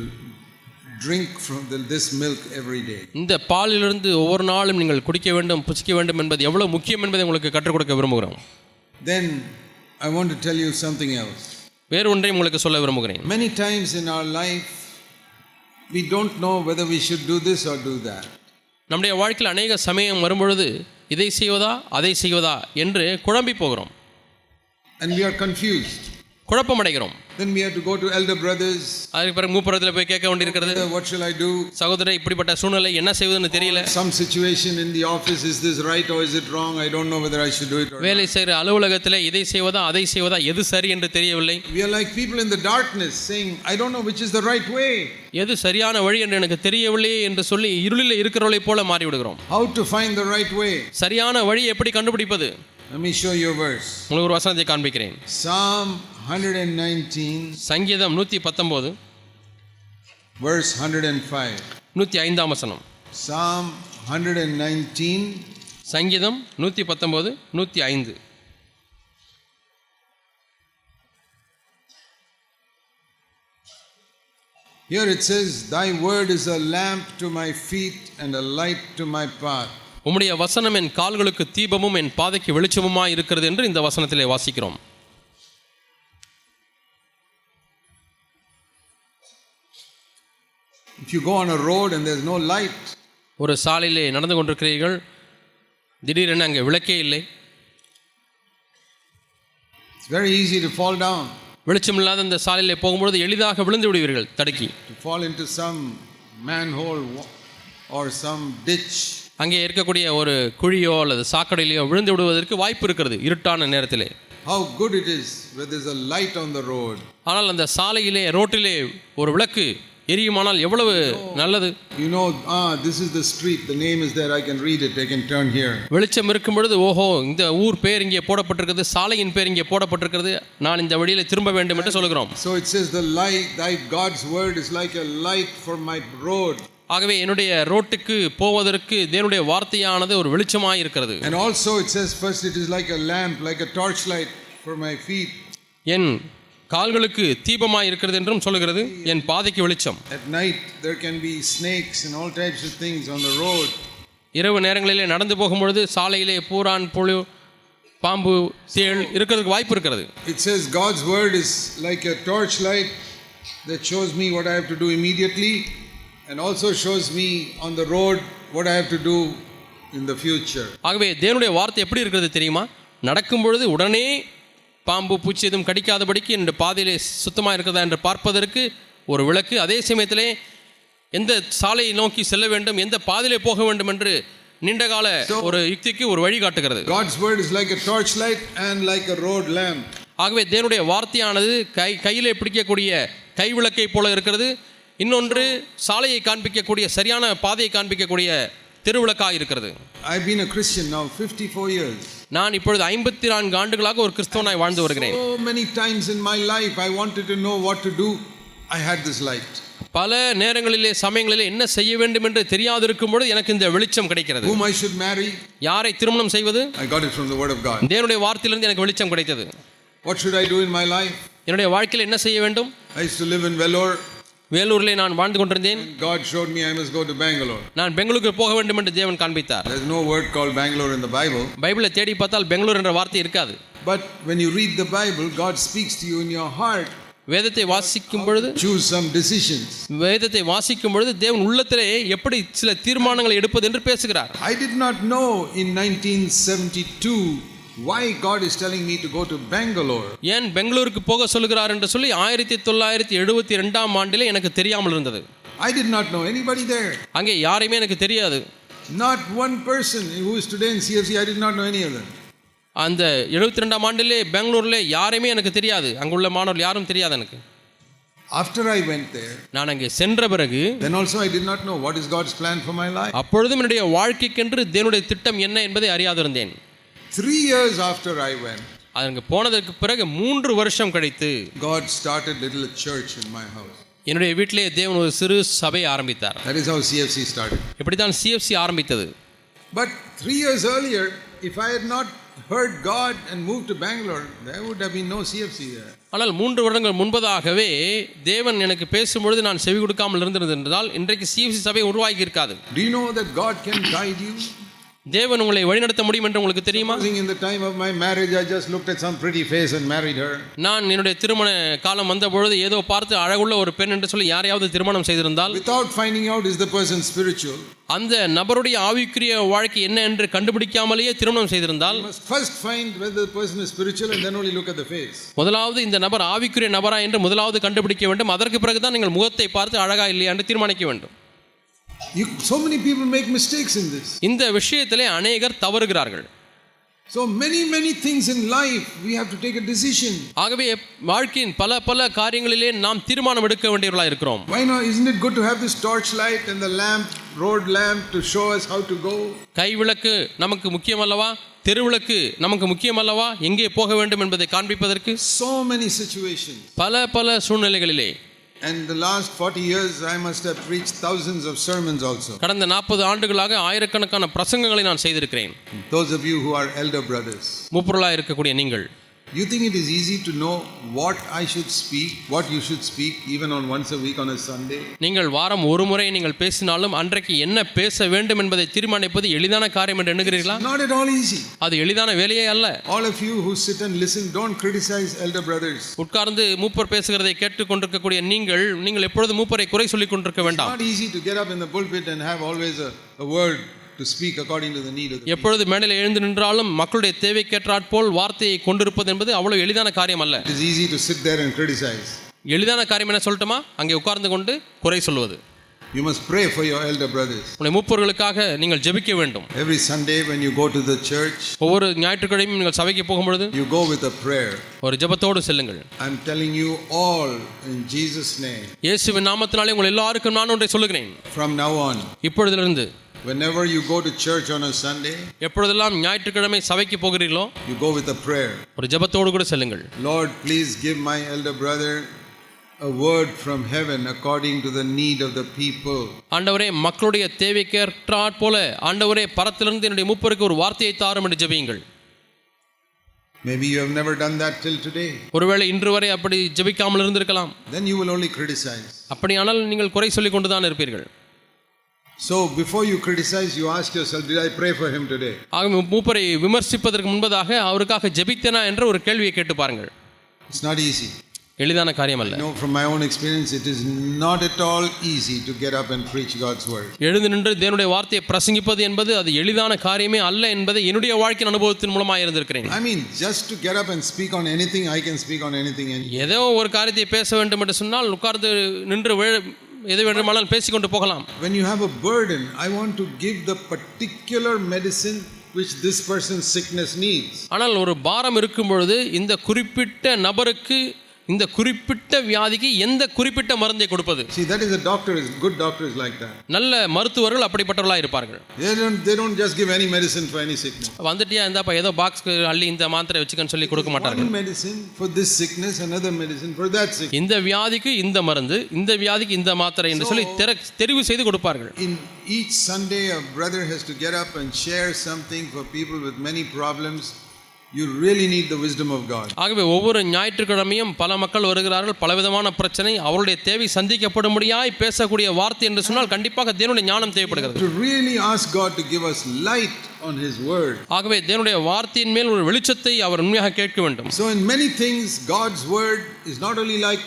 [SPEAKER 1] drink from the- this milk every day.
[SPEAKER 2] இந்த பாலிலிருந்து ஒவ்வொரு நாளும் நீங்கள் குடிக்க வேண்டும் புசிக்க வேண்டும் என்பது எவ்வளவு முக்கியம் என்பதை உங்களுக்கு கற்றுக் கொடுக்க விரும்புகிறோம்
[SPEAKER 1] Then I want to tell you something else.
[SPEAKER 2] வேறு ஒன்றையும் உங்களுக்கு சொல்ல விரும்புகிறேன்
[SPEAKER 1] Many times in our life, we don't know whether we should do this or do that.
[SPEAKER 2] நம்முடைய வாழ்க்கையில் அநேக சமயம் வரும்பொழுது இதை செய்வதா அதை செய்வதா என்று குழம்பி போகிறோம்
[SPEAKER 1] And we are confused.
[SPEAKER 2] குழப்பமடைகிறோம்
[SPEAKER 1] Then we have to go to elder brothers.
[SPEAKER 2] அதுக்கு பிறகு மூப்பரத்தில் போய் கேட்க வேண்டியிருக்கிறது
[SPEAKER 1] "Brother, What shall I do?
[SPEAKER 2] சகோதரர் இப்படிப்பட்ட சூழ்நிலை என்ன செய்வதுன்னு தெரியல
[SPEAKER 1] Some situation in the office, is this right or is it wrong? I don't know whether I should do it or not.
[SPEAKER 2] வேலை செய்கிற அலுவலகத்தில் இதை செய்வதா அதை செய்வதா எது சரி என்று தெரியவில்லை
[SPEAKER 1] We are like people in the darkness saying, I don't know which is the right way.
[SPEAKER 2] எது சரியான வழி என்று எனக்கு தெரியவில்லையே என்று சொல்லி இருளில் இருக்கிறவளைப் போல மாறிவிடுகிறோம்
[SPEAKER 1] How to find the right way?
[SPEAKER 2] சரியான வழி எப்படி கண்டுபிடிப்பது
[SPEAKER 1] Let me show you a verse.
[SPEAKER 2] உங்களுக்கு ஒரு வசனத்தை காண்பிக்கிறேன்
[SPEAKER 1] Psalm 119,
[SPEAKER 2] சங்கீதம் நூற்றி பத்தொம்போது
[SPEAKER 1] verse 105.
[SPEAKER 2] நூற்றி ஐந்தாம் வசனம்
[SPEAKER 1] Psalm 119,
[SPEAKER 2] சங்கீதம் நூற்றி பத்தொம்போது நூற்றி ஐந்து
[SPEAKER 1] here it says, Thy word is a lamp to my feet and a light to my path.
[SPEAKER 2] உம்முடைய வசனம் என் கால்களுக்கு தீபமும் என் பாதைக்கு வெளிச்சமுமாய் இருக்கிறது என்று இந்த வசனத்திலே வாசிக்கிறோம்
[SPEAKER 1] If you go on a road and there's no light,
[SPEAKER 2] ஒரு சாலையிலே நடந்து கொண்டிருக்கிறீர்கள் திடீரென அங்கே விளக்கே இல்லை
[SPEAKER 1] it's very easy to fall down,
[SPEAKER 2] வெளிச்சம் இல்லாத இந்த சாலையிலே போகும்பொழுது எளிதாக விழுந்து விடுவீர்கள் தடுக்கி
[SPEAKER 1] to fall into some manhole wa- or some ditch.
[SPEAKER 2] அங்கே இருக்கக்கூடிய ஒரு குழியோ அல்லது சாக்கடையிலையோ விழுந்து விடுவதற்கு வாய்ப்பு இருக்கிறது இருட்டான நேரத்திலே
[SPEAKER 1] How good it is where there's a light on the road.
[SPEAKER 2] ஆனால் அந்த சாலையிலே ரோட்டிலே ஒரு விளக்கு எரியுமானால் எவ்வளவு நல்லது
[SPEAKER 1] You know, ah, this is the street, the name is there, I can read it, I can turn here.
[SPEAKER 2] வெளிச்சம் இருக்கும் பொழுது ஓஹோ இந்த ஊர் பேர் இங்கே போடப்பட்டிருக்கிறது சாலையின் பேர் இங்கே போடப்பட்டிருக்கிறது நான் இந்த வழியிலே திரும்ப வேண்டும் என்று சொல்கிறோம்
[SPEAKER 1] So it says, The light, thy God's word is like a light for my road.
[SPEAKER 2] ஆகவே என்னுடைய ரோட்டுக்கு போவதற்கு தேவனுடைய வார்த்தையானது ஒரு வெளிச்சமாக இருக்கிறது
[SPEAKER 1] And also it says, First, it is like a lamp, like a torchlight for my feet.
[SPEAKER 2] என் கால்களுக்கு தீபமாக இருக்கிறது என்றும் சொல்கிறது என் பாதைக்கு வெளிச்சம்
[SPEAKER 1] At night, there can be snakes and all types of things on the road.
[SPEAKER 2] இரவு நேரங்களிலே நடந்து போகும்பொழுது சாலையிலே பூரான் புழு பாம்பு தேள் இருக்கிறதுக்கு வாய்ப்பு இருக்கிறது
[SPEAKER 1] It says, God's word is like a torchlight that shows me what I have to do immediately and also shows me on the road what I have to do in the future.
[SPEAKER 2] ஆகவே தேவனுடைய வார்த்தை எப்படி இருக்கிறது தெரியுமா நடக்கும் பொழுது உடனே பாம்பு பூச்சி எதுவும் கடிக்காதபடிக்கு என்னுடைய பாதையிலே சுத்தமாக இருக்கிறதா என்று பார்ப்பதற்கு ஒரு விளக்கு அதே சமயத்திலே எந்த சாலையை நோக்கி செல்ல வேண்டும் எந்த பாதையிலே போக வேண்டும் என்று நீண்டகால ஒரு யுக்திக்கு ஒரு வழி காட்டுகிறது
[SPEAKER 1] God's word is like a torchlight and like a road lamp.
[SPEAKER 2] ஆகவே தேவனுடைய வார்த்தையானது கை கையிலே பிடிக்கக்கூடிய கை விளக்கை போல இருக்கிறது இன்னொன்று சாலையை காண்பிக்கக்கூடிய சரியான பாதையை காண்பிக்கக்கூடிய தெருவிளக்காக இருக்கிறது
[SPEAKER 1] I've been a Christian now 54 years.
[SPEAKER 2] நான் இப்பொழுது ஐம்பத்தி நான்கு ஆண்டுகளாக ஒரு கிறிஸ்தவனாய் வாழ்ந்து வருகிறேன்
[SPEAKER 1] So many times in my life I wanted to know what to do. I had this light.
[SPEAKER 2] பல நேரங்களிலே சமயங்களிலே என்ன செய்ய வேண்டும் என்று தெரியாதிருக்கும் பொழுது எனக்கு இந்த வெளிச்சம் கிடைக்கிறது
[SPEAKER 1] Whom I should marry,
[SPEAKER 2] யாரை திருமணம் செய்வது
[SPEAKER 1] I got it from the word of God.
[SPEAKER 2] தேவனுடைய வார்த்தையிலிருந்து எனக்கு வெளிச்சம் கிடைத்தது
[SPEAKER 1] What should I do in my life?
[SPEAKER 2] என்னுடைய வாழ்க்கையில் என்ன செய்ய வேண்டும்
[SPEAKER 1] I used to live in Vellore.
[SPEAKER 2] வேலூரிலே நான் வாழ்ந்து கொண்டிருந்தேன்
[SPEAKER 1] God showed me I must go to Bangalore.
[SPEAKER 2] நான் பெங்களூருக்கு போக வேண்டும் என்று தேவன் காண்பித்தார்
[SPEAKER 1] There's no word called Bangalore in the Bible.
[SPEAKER 2] பைபிளை தேடி பார்த்தால் பெங்களூர் என்ற வார்த்தை இருக்காது
[SPEAKER 1] But when you read the Bible, God speaks to you in your heart.
[SPEAKER 2] வேதத்தை வாசிக்கும் பொழுது
[SPEAKER 1] Choose some decisions.
[SPEAKER 2] வேதத்தை வாசிக்கும் பொழுது தேவன் உள்ளத்திலே எப்படி சில தீர்மானங்களை எடுப்பது என்று பேசுகிறார்
[SPEAKER 1] I did not know in 1972 why God is telling me to go to Bangalore.
[SPEAKER 2] ஏன் பெங்களூருக்கு போக சொல்கிறார் என்று சொல்லி ஆயிரத்தி தொள்ளாயிரத்தி எழுபத்தி ரெண்டாம் ஆண்டிலே எனக்கு தெரியாமல் இருந்தது
[SPEAKER 1] I did not know anybody there.
[SPEAKER 2] அங்கே யாரையுமே எனக்கு தெரியாது
[SPEAKER 1] Not one person who is today in CFC, I did not know any of them.
[SPEAKER 2] அந்த எழுபத்தி ரெண்டாம் ஆண்டிலே பெங்களூரில் யாரையுமே எனக்கு தெரியாது அங்குள்ள மாணவர் யாரும் தெரியாது எனக்கு
[SPEAKER 1] After I went there,
[SPEAKER 2] நான் அங்கே சென்ற பிறகு
[SPEAKER 1] then also I did not know what is God's plan for my life.
[SPEAKER 2] அப்பொழுதும் என்னுடைய வாழ்க்கைக்கென்று தேவனுடைய திட்டம் என்ன என்பதை அறியாதிருந்தேன்
[SPEAKER 1] Three years after I went,
[SPEAKER 2] அது அங்கே போனதற்கு பிறகு மூன்று வருஷம் கழித்து
[SPEAKER 1] God started little church in my house.
[SPEAKER 2] என்னுடைய வீட்டிலே தேவன் ஒரு சிறு சபை ஆரம்பித்தார்
[SPEAKER 1] That is how CFC started.
[SPEAKER 2] இப்படி தான் சிஎஃப்சி ஆரம்பித்தது
[SPEAKER 1] But three years earlier, if I had not heard God and moved to Bangalore, there would have been no CFC there.
[SPEAKER 2] ஆனால் மூன்று வருடங்கள் முன்பதாகவே தேவன் எனக்கு பேசும்பொழுது நான் செவி கொடுக்காமல் இருந்திருந்தது என்றால் இன்றைக்கு சிஎஃப்சி சபை உருவாகி இருக்காது
[SPEAKER 1] Do you know that God can guide you?
[SPEAKER 2] தேவன் உங்களை வழிநடத்த முடியும் என்று உங்களுக்கு தெரியுமா
[SPEAKER 1] Supposing in the time of my marriage, I just looked at some pretty face and married her.
[SPEAKER 2] நான் என்னுடைய திருமண காலம் வந்த பொழுது ஏதோ பார்த்து அழகுள்ள ஒரு பெண் என்று சொல்லி யாரையாவது திருமணம் செய்திருந்தால்
[SPEAKER 1] Without finding out is the person spiritual.
[SPEAKER 2] அந்த நபருடைய ஆவிக்குரிய வாழ்க்கை என்ன என்று கண்டுபிடிக்காமலேயே திருமணம் செய்திருந்தால்
[SPEAKER 1] You must first find whether the person is spiritual and then only look at the face.
[SPEAKER 2] முதலாவது இந்த நபர் ஆவிக்குரிய நபரா என்று முதலாவது கண்டுபிடிக்க வேண்டும் அதற்கு பிறகுதான் நீங்கள் முகத்தை பார்த்து அழகா இல்லையா என்று தீர்மானிக்க வேண்டும்
[SPEAKER 1] You, so many people make mistakes in this.
[SPEAKER 2] இந்த விஷயத்திலே அநேகர் தவறுகிறார்கள்
[SPEAKER 1] So many, many things in life, we have to take a decision.
[SPEAKER 2] ஆகவே வாழ்க்கையின் பல பல காரியங்களிலே நாம் தீர்மானம் எடுக்க வேண்டியவர்களாக இருக்கிறோம்
[SPEAKER 1] Why not? Isn't it good to have this torchlight and the lamp, road lamp, to show us how to go?
[SPEAKER 2] கைவிளக்கு நமக்கு முக்கியம் அல்லவா தெருவிளக்கு நமக்கு முக்கியம் அல்லவா எங்கே போக வேண்டும் என்பதை காண்பிப்பதற்கு
[SPEAKER 1] So many situations.
[SPEAKER 2] பல பல சூழ்நிலைகளிலே
[SPEAKER 1] And the last 40 years, I must have preached thousands of sermons also.
[SPEAKER 2] கடந்த நாற்பது ஆண்டுகளாக ஆயிரக்கணக்கான பிரசங்கங்களை நான் செய்திருக்கிறேன்
[SPEAKER 1] Those of you who are elder brothers,
[SPEAKER 2] மூப்பொருளாக இருக்கக்கூடிய நீங்கள்
[SPEAKER 1] you think it is easy to know what I should speak, what you should speak, even on once a week on a Sunday?
[SPEAKER 2] நீங்கள் வாரம் ஒரு முறை நீங்கள் பேசினாலும் அன்றைக்கு என்ன பேச வேண்டும் என்பதை தீர்மானிப்பது எளிதான காரியம் என்று எண்ணுகிறீர்களா
[SPEAKER 1] Not at all easy.
[SPEAKER 2] அது எளிதான வேலையே அல்ல
[SPEAKER 1] All of you who sit and listen, don't criticize elder brothers.
[SPEAKER 2] உட்கார்ந்து மூப்பர் பேசுகிறதை கேட்டுக்கொண்டிருக்கக்கூடிய நீங்கள் நீங்கள் எப்பொழுது மூப்பரை குறை சொல்லிக் கொண்டிருக்க
[SPEAKER 1] It's
[SPEAKER 2] வேண்டாம்
[SPEAKER 1] not easy to get up in the pulpit and have always a, a word to speak according to the need of the people.
[SPEAKER 2] எப்பொழுது மேடையில் எழுந்து நின்றாலும் மக்களுடைய தேவைக்கேற்றாற் போல் வார்த்தையை கொண்டிருப்பது என்பது அவ்வளவு எளிதான காரியம் அல்ல
[SPEAKER 1] It is easy to sit there and criticize.
[SPEAKER 2] எளிதான காரியம் என்ன சொல்லட்டுமா அங்கே உட்கார்ந்து கொண்டு குறை சொல்வது
[SPEAKER 1] You must pray for your elder brothers.
[SPEAKER 2] உங்களுடைய மூப்பர்களுக்காக நீங்கள் ஜெபிக்க வேண்டும்
[SPEAKER 1] Every Sunday when you go to the church,
[SPEAKER 2] ஒவ்வொரு ஞாயிற்றுக்கிழமையும் நீங்கள் சபைக்கு போகும்பொழுது
[SPEAKER 1] you go with a prayer.
[SPEAKER 2] ஒரு ஜெபத்தோடு செல்லுங்கள்
[SPEAKER 1] I'm telling you all in Jesus' name.
[SPEAKER 2] இயேசுவின் நாமத்தினாலே உங்கள் எல்லாருக்கும் நான் ஒன்றை சொல்லுகிறேன்
[SPEAKER 1] From now on,
[SPEAKER 2] இப்பொழுதிலிருந்து
[SPEAKER 1] whenever you go to church on a Sunday,
[SPEAKER 2] எப்பொழுதெல்லாம் ஞாயிற்றுக்கிழமை சபைக்கு போகிறீர்களோ
[SPEAKER 1] you go with a prayer.
[SPEAKER 2] ஒரு ஜெபத்தோடு கூட செல்லுங்கள்
[SPEAKER 1] Lord, please give my elder brother a word from heaven according to the need of the people.
[SPEAKER 2] ஆண்டவரே மக்களுடைய தேவைக்கேற்றாற் போல ஆண்டவரே பரத்திலிருந்து என்னுடைய மூப்பருக்கு ஒரு வார்த்தையை தாரும் என்று ஜெபியுங்கள்
[SPEAKER 1] Maybe you have never done that till today.
[SPEAKER 2] ஒருவேளை இன்று வரை அப்படி ஜெபிக்காமல் இருந்திருக்கலாம்
[SPEAKER 1] Then you will only criticize.
[SPEAKER 2] அப்படியானால் நீங்கள் குறை சொல்லி கொண்டு தான் இருப்பீர்கள்
[SPEAKER 1] So before you criticize, you ask yourself, Did I pray for him today?
[SPEAKER 2] ஆக மூப்பரை விமர்சிப்பதற்கு முன்பதாக அவருக்காக ஜெபித்தேனா என்ற ஒரு கேள்வியை கேட்டு பாருங்கள்
[SPEAKER 1] It's not easy.
[SPEAKER 2] எளிதான காரியம் அல்ல
[SPEAKER 1] No, from my own experience, it is not at all easy to get up and preach God's word.
[SPEAKER 2] எழுந்து நின்று தேவனுடைய வார்த்தையை பிரசங்கிப்பது என்பது அது எளிதான காரியமே அல்ல என்பதை என்னுடைய வாழ்க்கையின் அனுபவத்தின் மூலமாக இருந்திருக்கிறேன்
[SPEAKER 1] I mean, just to get up and speak on anything, I can speak on anything. And
[SPEAKER 2] ஏதோ ஒரு காரியத்தை பேச வேண்டும் என்று சொன்னால் உட்கார்ந்து நின்று வே- எது வேண்டுமானால் பேசிக்கொண்டு போகலாம்
[SPEAKER 1] when you have a burden, I want to give the particular medicine which this person's sickness needs.
[SPEAKER 2] ஆனால் ஒரு பாரம் இருக்கும் பொழுது இந்த குறிப்பிட்ட நபருக்கு இந்த குறிப்பிட்ட வியாதிக்கு எந்த குறிப்பிட்ட மருந்தை கொடுப்பது
[SPEAKER 1] See, that is a doctor. Is good doctor is like that.
[SPEAKER 2] நல்ல மருத்துவர்கள் அப்படிப்பட்டவர்களாக இருப்பார்கள்
[SPEAKER 1] They don't. They don't just give any medicine for any sickness.
[SPEAKER 2] வந்துட்டியா இந்தாப்பா ஏதோ பாக்ஸ்க்கு அள்ளி இந்த மாத்திரை வச்சுக்கன்னு சொல்லி கொடுக்க மாட்டார்கள்
[SPEAKER 1] One medicine for this sickness, another medicine for that sickness.
[SPEAKER 2] இந்த வியாதிக்கு இந்த மருந்து இந்த வியாதிக்கு இந்த மாத்திரை என்று சொல்லி தெர- தெரிவு செய்து கொடுப்பார்கள்
[SPEAKER 1] In each Sunday, a brother has to get up and share something for people with many problems. You really need the wisdom of God.
[SPEAKER 2] ஆகவே ஒவ்வொரு ஞாயிற்றுக்கிழமையும் பல மக்கள் வருகிறார்கள் பலவிதமான பிரச்சனை அவருடைய தேவை சந்திக்கப்படும்படியாய் பேசக்கூடிய வார்த்தை என்று சொன்னால் கண்டிப்பாக தேவனுடைய ஞானம் தேவைப்படுகிறது
[SPEAKER 1] To really ask God to give us light on His Word.
[SPEAKER 2] ஆகவே தேவனுடைய வார்த்தையின் மேல் ஒரு வெளிச்சத்தை அவர் உண்மையாக கேட்க வேண்டும்
[SPEAKER 1] So, in many things, God's Word is not only like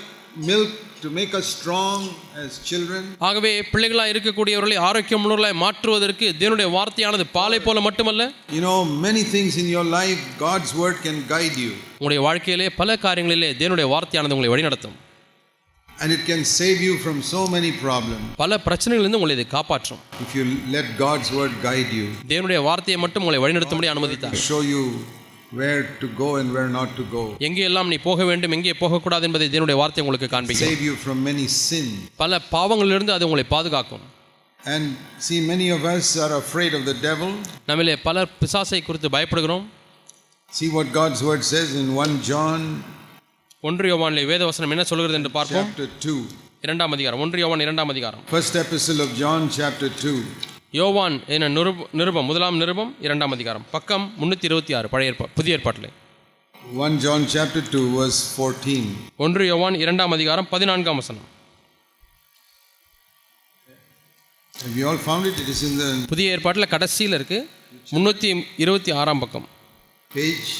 [SPEAKER 1] milk to make us strong as children,
[SPEAKER 2] ஆகவே பிள்ளைகளாக இருக்கக்கூடியவர்களை ஆரோக்கியமுள்ளவர்களாய் மாற்றுவதற்கு தேவனுடைய வார்த்தையானது பாலை போல மட்டுமல்ல
[SPEAKER 1] you know, many things in your life, God's Word can guide you
[SPEAKER 2] உங்களுடைய வாழ்க்கையிலே பல காரியங்களிலே தேவனுடைய வார்த்தையானது உங்களை வழிநடத்தும்
[SPEAKER 1] and it can save you from so many problems
[SPEAKER 2] பல பிரச்சனைகளிலிருந்து உங்களை இது காப்பாற்றும்
[SPEAKER 1] if you let God's Word guide you.
[SPEAKER 2] தேவனுடைய வார்த்தையை மட்டும் உங்களை வழிநடத்தும்படி
[SPEAKER 1] to
[SPEAKER 2] அனுமதித்தார்
[SPEAKER 1] show you where to go and where not to go,
[SPEAKER 2] எங்கே எல்லாம் நீ போக வேண்டும் எங்கே போகக்கூடாது என்பதை தேவனுடைய வார்த்தை உங்களுக்கு காண்பிக்கும்
[SPEAKER 1] save you from many sin.
[SPEAKER 2] பல பாவங்களிலிருந்து அது உங்களை பாதுகாக்கும்
[SPEAKER 1] And see, many of us are afraid of the devil.
[SPEAKER 2] நம்மிலே பலர் பிசாசை குறித்து பயப்படுகிறோம்
[SPEAKER 1] See what God's word says in 1 John
[SPEAKER 2] ஒன்று யோவானிலே வேதவசனம் என்ன சொல்கிறது என்று பார்ப்போம்
[SPEAKER 1] chapter 2.
[SPEAKER 2] இரண்டாம் அதிகாரம் ஒன்று யோவான் இரண்டாம் அதிகாரம்
[SPEAKER 1] First epistle of John chapter 2.
[SPEAKER 2] யோவான் என நிருப நிருபம் முதலாம் நிருபம் இரண்டாம் அதிகாரம் பக்கம் முன்னூற்றி இருபத்தி ஆறு பழைய ஏற்பா புதிய ஏற்பாட்டில்
[SPEAKER 1] 1 John chapter 2 verse 14.
[SPEAKER 2] ஒன்று யோவான் இரண்டாம் அதிகாரம் பதினான்காம் வசனம்
[SPEAKER 1] Have you all found it? It is in the
[SPEAKER 2] புதிய ஏற்பாட்டில் கடைசியில் இருக்குது முந்நூற்றி இருபத்தி ஆறாம் பக்கம்
[SPEAKER 1] page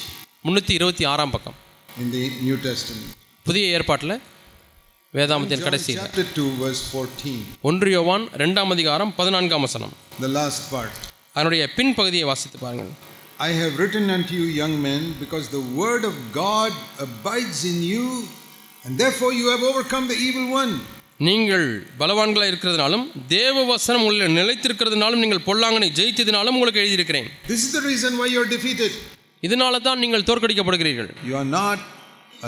[SPEAKER 2] முந்நூற்றி இருபத்தி ஆறாம் பக்கம்
[SPEAKER 1] in the New Testament.
[SPEAKER 2] புதிய ஏற்பாட்டில் வேதாமத்தின் கடைசியில்
[SPEAKER 1] chapter 2 verse 14.
[SPEAKER 2] ஒன்று யோவான் ரெண்டாம் அதிகாரம் பதினான்காம் வசனம்
[SPEAKER 1] The last part.
[SPEAKER 2] அதனுடைய பின்பகுதியை வாசித்து பாருங்கள்
[SPEAKER 1] I have written unto you, young men, because the word of God abides in you, and therefore you have overcome the evil one.
[SPEAKER 2] நீங்கள் பலவான்களாக இருக்கிறதுனாலும் தேவ வசனம் உள்ள நிலைத்திருக்கிறதுனாலும் நீங்கள் பொல்லாங்கனை ஜெயித்ததினாலும் உங்களுக்கு எழுதியிருக்கிறேன்
[SPEAKER 1] This is the reason why you are defeated.
[SPEAKER 2] இதனால தான் நீங்கள் தோற்கடிக்கப்படுகிறீர்கள்
[SPEAKER 1] You are not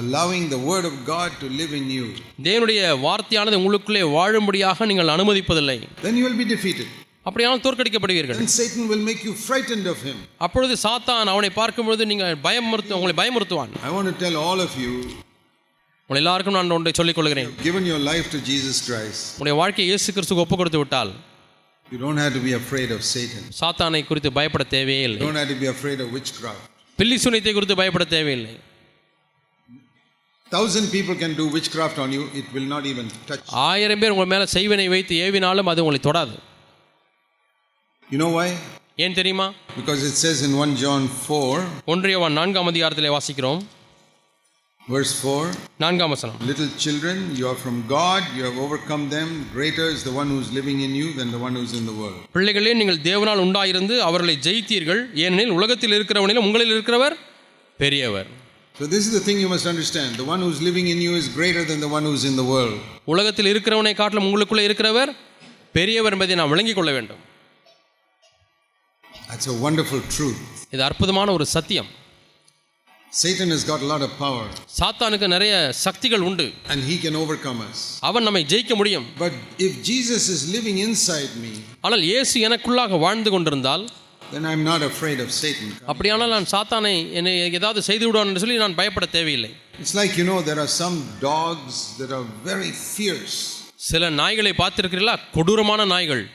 [SPEAKER 1] allowing the word of God to live in you.
[SPEAKER 2] தேவனுடைய வார்த்தையானது உங்களுக்குள்ளே வாழும்படியாக நீங்கள் அனுமதிப்பதில்லை
[SPEAKER 1] Then you will be defeated.
[SPEAKER 2] அப்படியானால் தோற்கடிக்கப்படுவீர்கள்
[SPEAKER 1] Then Satan will make you frightened of him.
[SPEAKER 2] அப்பொழுது சாத்தான் அவனை பார்க்கும்பொழுது நீங்கள் பயமுறுத்து உங்களை பயமுறுத்துவான்
[SPEAKER 1] I want to tell all of you
[SPEAKER 2] உங்கள் எல்லாருக்கும் நான் ஒன்றை சொல்லிக் கொள்கிறேன்
[SPEAKER 1] given your life to Jesus Christ,
[SPEAKER 2] உங்களுடைய வாழ்க்கையை இயேசு கிறிஸ்துக்கு ஒப்பு கொடுத்து விட்டால்
[SPEAKER 1] you don't have to be afraid of Satan.
[SPEAKER 2] சாத்தானை குறித்து பயப்பட தேவையே
[SPEAKER 1] You
[SPEAKER 2] இல்லை
[SPEAKER 1] don't have to be afraid of witchcraft.
[SPEAKER 2] பில்லி சுனித்தை குறித்து பயப்பட தேவையில்லை
[SPEAKER 1] Thousand people can do witchcraft on you, it will not even touch. you.
[SPEAKER 2] ஆயிரம் பேர் உங்கள் மேலே செய்வனை வைத்து ஏவினாலும் அது உங்களை தொடாது
[SPEAKER 1] You know why?
[SPEAKER 2] ஏன் தெரியுமா
[SPEAKER 1] Because it says in 1 John 4,
[SPEAKER 2] ஒன்றியவான் நான்காம் அதிகாரத்திலே வாசிக்கிறோம்
[SPEAKER 1] verse 4
[SPEAKER 2] நான்காம் வசனம்
[SPEAKER 1] Little children, you are from God, you have overcome them. Greater is the one who's living in you than the one who's in the world.
[SPEAKER 2] பிள்ளைகளே நீங்கள் தேவனால் உண்டாயிருந்து அவர்களை ஜெயித்தீர்கள் ஏனெனில் உலகத்தில் இருக்கிறவனிலும் உங்களில் இருக்கிறவர் பெரியவர்
[SPEAKER 1] So, this is the thing you must understand. The one who's living in you is greater than the one who's in the world.
[SPEAKER 2] உலகத்தில் இருக்கிறவனை காட்டிலும் உங்களுக்குள்ளே இருக்கிறவர் பெரியவர் என்பதை நாம் விளங்கிக் கொள்ள வேண்டும்
[SPEAKER 1] That's a wonderful truth.
[SPEAKER 2] இது அற்புதமான ஒரு சத்தியம்
[SPEAKER 1] Satan has got a lot of power
[SPEAKER 2] சாத்தானுக்கு நிறைய சக்திகள் உண்டு
[SPEAKER 1] and he can overcome us.
[SPEAKER 2] அவன் நம்மை ஜெயிக்க முடியும்
[SPEAKER 1] But if Jesus is living inside me,
[SPEAKER 2] ஆனால் இயேசு எனக்குள்ளாக வாழ்ந்து கொண்டிருந்தால்
[SPEAKER 1] then I'm not afraid of Satan.
[SPEAKER 2] அப்படியானால் நான் சாத்தானை என்னை ஏதாவது செய்து விடுவான் என்று சொல்லி நான் பயப்பட தேவையில்லை
[SPEAKER 1] It's like, you know, there are some dogs that are very fierce.
[SPEAKER 2] சில நாய்களை பார்த்திருக்கிறீர்களா கொடூரமான நாய்கள்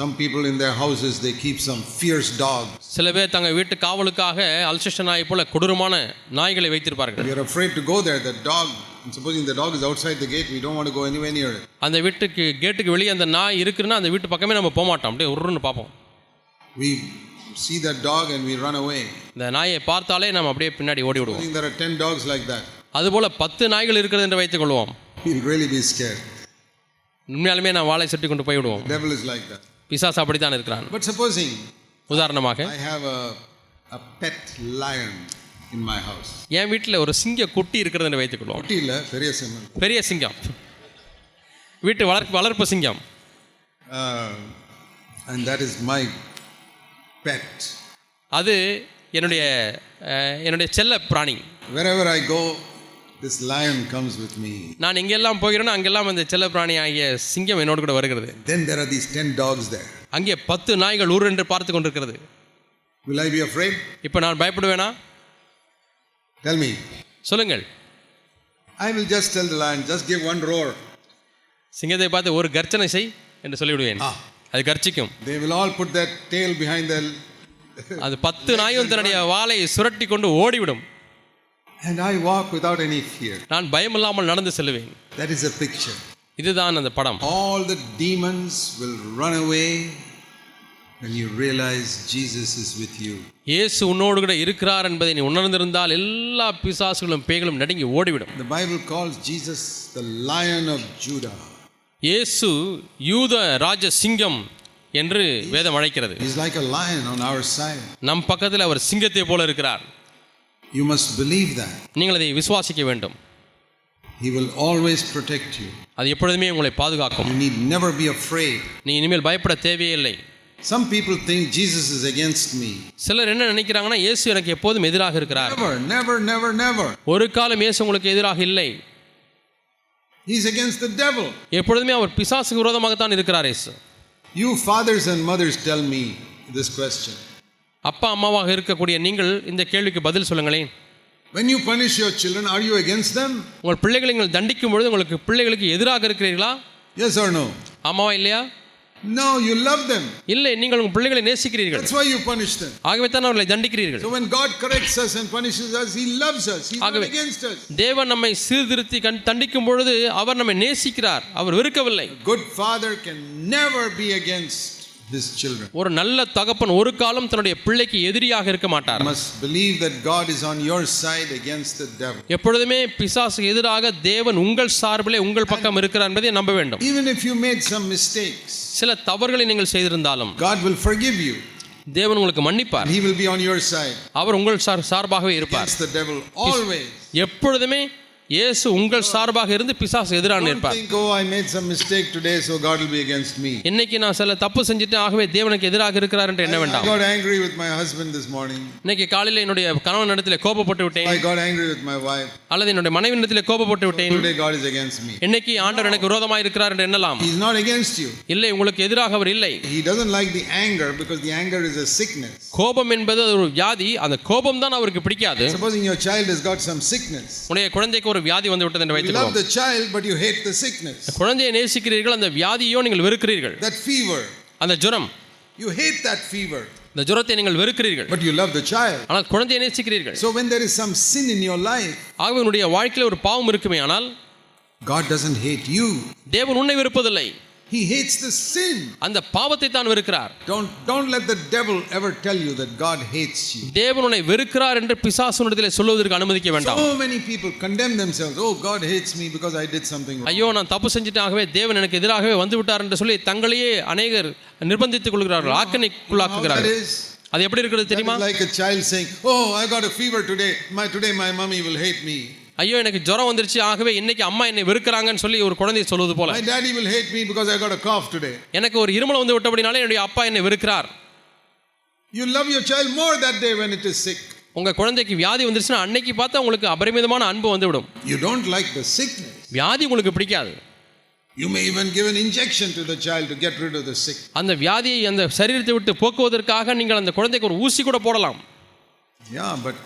[SPEAKER 1] Some people in their houses, they keep some fierce dog.
[SPEAKER 2] சில பேர் தங்கள் வீட்டு காவலுக்காக அல்செஷன் நாய் போல கொடூரமான நாய்களை வைத்திருப்பார்கள்
[SPEAKER 1] We are afraid to go there. The dog, and supposing the dog is outside the gate, we don't want to go anywhere near it.
[SPEAKER 2] அந்த வீட்டுக்கு கேட்டுக்கு வெளியே அந்த நாய் இருக்குன்னா அந்த வீட்டு பக்கமே நம்ம போக மாட்டோம் அப்படியே உருன்னு பார்ப்போம்
[SPEAKER 1] We see that dog and we run away.
[SPEAKER 2] இந்த நாயை பார்த்தாலே நம்ம அப்படியே பின்னாடி ஓடி
[SPEAKER 1] I
[SPEAKER 2] விடுவோம்
[SPEAKER 1] think there are 10 dogs like that.
[SPEAKER 2] அதுபோல் பத்து நாய்கள் இருக்கிறது என்று வைத்துக் கொள்வோம்
[SPEAKER 1] We'll really be scared.
[SPEAKER 2] உண்மையாலுமே நான் வாழை சுட்டி கொண்டு போய் விடுவோம்
[SPEAKER 1] The devil is like that.
[SPEAKER 2] பிசாசு அப்படித்தான் இருக்கிறான்
[SPEAKER 1] But supposing
[SPEAKER 2] உதாரணமாக
[SPEAKER 1] I have a, a pet lion in my house. eh?
[SPEAKER 2] என் வீட்டில் ஒரு சிங்க குட்டி இருக்கிறது என்று வைத்துக் கொள்வோம்
[SPEAKER 1] குட்டியில் பெரிய சிம்மன்
[SPEAKER 2] பெரிய சிங்கம் வீட்டு வளர்ப்பு வளர்ப்பு சிங்கம்
[SPEAKER 1] Uh, and that is my pet.
[SPEAKER 2] அது என்னுடைய அஹ், என்னுடைய செல்ல பிராணி
[SPEAKER 1] Wherever I go, this lion comes with me.
[SPEAKER 2] நான் எங்கெல்லாம் போகிறேனோ அங்கெல்லாம் அந்த செல்ல பிராணி ஆகிய சிங்கம் என்னோடு கூட வருகிறது
[SPEAKER 1] Then there are these 10 dogs there.
[SPEAKER 2] அங்கே பத்து நாய்கள் ஊர் என்று பார்த்து கொண்டிருக்கிறது
[SPEAKER 1] Will I be afraid?
[SPEAKER 2] இப்போ நான் பயப்படுவேனா
[SPEAKER 1] Tell me.
[SPEAKER 2] சொல்லுங்கள்
[SPEAKER 1] I will just tell the lion, just give one roar.
[SPEAKER 2] சிங்கத்தை பார்த்து ஒரு கர்ச்சனை செய் என்று சொல்லிவிடுவேன்
[SPEAKER 1] ஆ.
[SPEAKER 2] அது கர்ச்சிக்கும்
[SPEAKER 1] They will all put their tail behind their.
[SPEAKER 2] அது பத்து நாயும் தன்னுடைய வாளை சுரட்டி கொண்டு ஓடிவிடும்
[SPEAKER 1] And I walk without any fear.
[SPEAKER 2] நான் பயமில்லாமல் நடந்து செல்லுவேன்
[SPEAKER 1] That is a picture.
[SPEAKER 2] இதுதான் அந்த படம்
[SPEAKER 1] All the demons will run away when you realize Jesus is with you.
[SPEAKER 2] இயேசு உன்னோடு கூட இருக்கிறார் என்பதை நீ உணர்ந்திருந்தால் எல்லா பிசாசுகளும் பேய்களும் நடுங்கி ஓடிவிடும்
[SPEAKER 1] The Bible calls Jesus the Lion of Judah.
[SPEAKER 2] இயேசு யூத ராஜ சிங்கம் என்று வேதம் அழைக்கிறது
[SPEAKER 1] He's like a lion on our side.
[SPEAKER 2] நம் பக்கத்தில் அவர் சிங்கத்தை போல இருக்கிறார்
[SPEAKER 1] You must believe that.
[SPEAKER 2] நீங்கள் அதை விசுவாசிக்க வேண்டும்
[SPEAKER 1] He will always protect you.
[SPEAKER 2] அது எப்பொழுதுமே உங்களை பாதுகாக்கும்
[SPEAKER 1] You need never be afraid.
[SPEAKER 2] நீ இனிமேல் பயப்பட தேவையே இல்லை
[SPEAKER 1] Some people think Jesus is against me.
[SPEAKER 2] சிலர் என்ன நினைக்கிறாங்கன்னா இயேசு எனக்கு எப்போதும் எதிராக இருக்கிறார்
[SPEAKER 1] Never, never, never, never.
[SPEAKER 2] ஒரு காலம் இயேசு உங்களுக்கு எதிராக இல்லை
[SPEAKER 1] He's against the devil.
[SPEAKER 2] எப்பொழுதுமே அவர் பிசாசுக்கு விரோதமாகத்தான் இருக்கிறார் இயேசு
[SPEAKER 1] You fathers and mothers tell me this question.
[SPEAKER 2] அப்பா அம்மாவாக இருக்கக்கூடிய நீங்கள் இந்த கேள்விக்கு பதில் சொல்லுங்களேன்
[SPEAKER 1] When you punish your children, are you against them?
[SPEAKER 2] உங்கள் பிள்ளைகளை நீங்கள் தண்டிக்கும் பொழுது உங்களுக்கு பிள்ளைகளுக்கு எதிராக இருக்கிறீர்களா
[SPEAKER 1] Yes or no?
[SPEAKER 2] ஆமாவா இல்லையா
[SPEAKER 1] No, you love them.
[SPEAKER 2] இல்லை நீங்கள் உங்கள் பிள்ளைகளை நேசிக்கிறீர்கள்
[SPEAKER 1] That's why you punish them.
[SPEAKER 2] ஆகவே தான் அவர்களை தண்டிக்கிறீர்கள்
[SPEAKER 1] So when God corrects us and punishes us, He loves us. He's not
[SPEAKER 2] ஆகவே-
[SPEAKER 1] against us.
[SPEAKER 2] தேவன் நம்மை சீர்திருத்தி கண் தண்டிக்கும் பொழுது அவர் நம்மை நேசிக்கிறார் அவர் வெறுக்கவில்லை
[SPEAKER 1] A good father can never be against his children.
[SPEAKER 2] ஒரு நல்ல தகப்பன் ஒரு காலம் தன்னுடைய பிள்ளைக்கு எதிரியாக இருக்க மாட்டார்
[SPEAKER 1] You must believe that God is on your side against the devil.
[SPEAKER 2] எப்பொழுதுமே பிசாசு எதிராக தேவன் உங்கள் சார்பிலே உங்கள் பக்கம் இருக்கிறார் என்பதை நம்ப வேண்டும்
[SPEAKER 1] Even if you made some mistakes,
[SPEAKER 2] சில தவறுகளை நீங்கள் செய்திருந்தாலும்
[SPEAKER 1] God will forgive you
[SPEAKER 2] தேவன் உங்களுக்கு மன்னிப்பார்
[SPEAKER 1] and He will be on your side
[SPEAKER 2] அவர் உங்கள் சார் சார்பாகவே இருப்பார்
[SPEAKER 1] against the devil always.
[SPEAKER 2] எப்பொழுதுமே இயேசு உங்கள் சார்பாக இருந்து பிசாசு எதிரான
[SPEAKER 1] Don't
[SPEAKER 2] இருப்பார்
[SPEAKER 1] think, oh, I made some mistake today, so God will be against me.
[SPEAKER 2] இன்னைக்கு நான் சில தப்பு செஞ்சுட்டேன் ஆகவே தேவனுக்கு எதிராக இருக்கிறார் என்று என்ன
[SPEAKER 1] I
[SPEAKER 2] வேண்டாம்
[SPEAKER 1] got angry with my husband this morning.
[SPEAKER 2] இன்னைக்கு காலையில என்னுடைய கணவன் இடத்துல கோபப்பட்டு விட்டேன்
[SPEAKER 1] I got angry with my wife.
[SPEAKER 2] அல்லது என்னுடைய மனைவி இடத்துல கோபப்பட்டு விட்டேன்
[SPEAKER 1] Today, God is against me.
[SPEAKER 2] இன்னைக்கு ஆண்டவர் எனக்கு விரோதமாக இருக்கிறார் என்று எண்ணலாம்
[SPEAKER 1] He's not against you.
[SPEAKER 2] இல்லை உங்களுக்கு எதிராக அவர் இல்லை
[SPEAKER 1] He doesn't like the anger because the anger is a sickness.
[SPEAKER 2] கோபம் என்பது அது ஒரு வியாதி அந்த கோபம் தான் அவருக்கு பிடிக்காது
[SPEAKER 1] Supposing your child has got some sickness.
[SPEAKER 2] உடைய குழந்தைக்கு ஒரு வியாதி வந்து விட்டது என்று
[SPEAKER 1] You love
[SPEAKER 2] வைத்துக்கோம்
[SPEAKER 1] the child, but you hate the sickness.
[SPEAKER 2] குழந்தையை நேசிக்கிறீர்கள் அந்த வியாதியோ நீங்கள் வெறுக்கிறீர்கள்
[SPEAKER 1] That fever.
[SPEAKER 2] அந்த ஜுரம்
[SPEAKER 1] You hate that fever,
[SPEAKER 2] இந்த ஜுரத்தை நீங்கள் வெறுக்கிறீர்கள்
[SPEAKER 1] but you love the child.
[SPEAKER 2] ஆனால் குழந்தையை நேசிக்கிறீர்கள்
[SPEAKER 1] So when there is some sin in your life,
[SPEAKER 2] ஆகவே உன்னுடைய வாழ்க்கையில் ஒரு பாவம் இருக்குமே ஆனால்
[SPEAKER 1] God doesn't hate you.
[SPEAKER 2] தேவன் உன்னை வெறுப்பதில்லை
[SPEAKER 1] He hates the sin.
[SPEAKER 2] அந்த பாவத்தை தான் வெறுக்கிறார்
[SPEAKER 1] Don't don't let the devil ever tell you that God hates you.
[SPEAKER 2] தேவன் உன்னை வெறுக்கிறார் என்று பிசாசுனிடத்தில் சொல்லுவதற்கு அனுமதிக்க வேண்டாம்
[SPEAKER 1] So many people condemn themselves. Oh, God hates me because I did something wrong.
[SPEAKER 2] ஐயோ நான் தப்பு செஞ்சுட்டேன் ஆகவே தேவன் எனக்கு எதிராகவே வந்து விட்டார் என்று சொல்லி தங்களையே அநேகர் நிர்பந்தித்துக் கொள்கிறார்கள்
[SPEAKER 1] How that
[SPEAKER 2] ஆக்கணிக்குள்ளாக்குகிறார்கள்
[SPEAKER 1] is?
[SPEAKER 2] அது எப்படி இருக்கிறது
[SPEAKER 1] That is
[SPEAKER 2] தெரியுமா
[SPEAKER 1] like a child saying, "Oh, I got a fever today. My today my mommy will hate me.
[SPEAKER 2] ஐயோ எனக்கு ஜுரம் வந்துருச்சு ஆகவே இன்னைக்கு அம்மா என்னை வெறுக்கிறாங்கன்னு சொல்லி ஒரு குழந்தை சொல்வது போல
[SPEAKER 1] My daddy will hate me because I got a cough today."
[SPEAKER 2] எனக்கு ஒரு இருமல் வந்து விட்டபடினாலே என்னுடைய அப்பா என்னை வெறுக்கிறார்
[SPEAKER 1] You love your child more that day when it is sick.
[SPEAKER 2] உங்க குழந்தைக்கு வியாதி வந்துருச்சுன்னா அன்னைக்கு பார்த்தா உங்களுக்கு அபரிமிதமான அன்பு வந்துவிடும்
[SPEAKER 1] You don't like the sickness.
[SPEAKER 2] வியாதி உங்களுக்கு பிடிக்காது
[SPEAKER 1] You may even give an injection to the child to get rid of the sick.
[SPEAKER 2] அந்த வியாதியை அந்த சரீரத்தை விட்டு போக்குவதற்காக நீங்கள் அந்த குழந்தைக்கு ஒரு ஊசி கூட போடலாம்
[SPEAKER 1] Yeah, but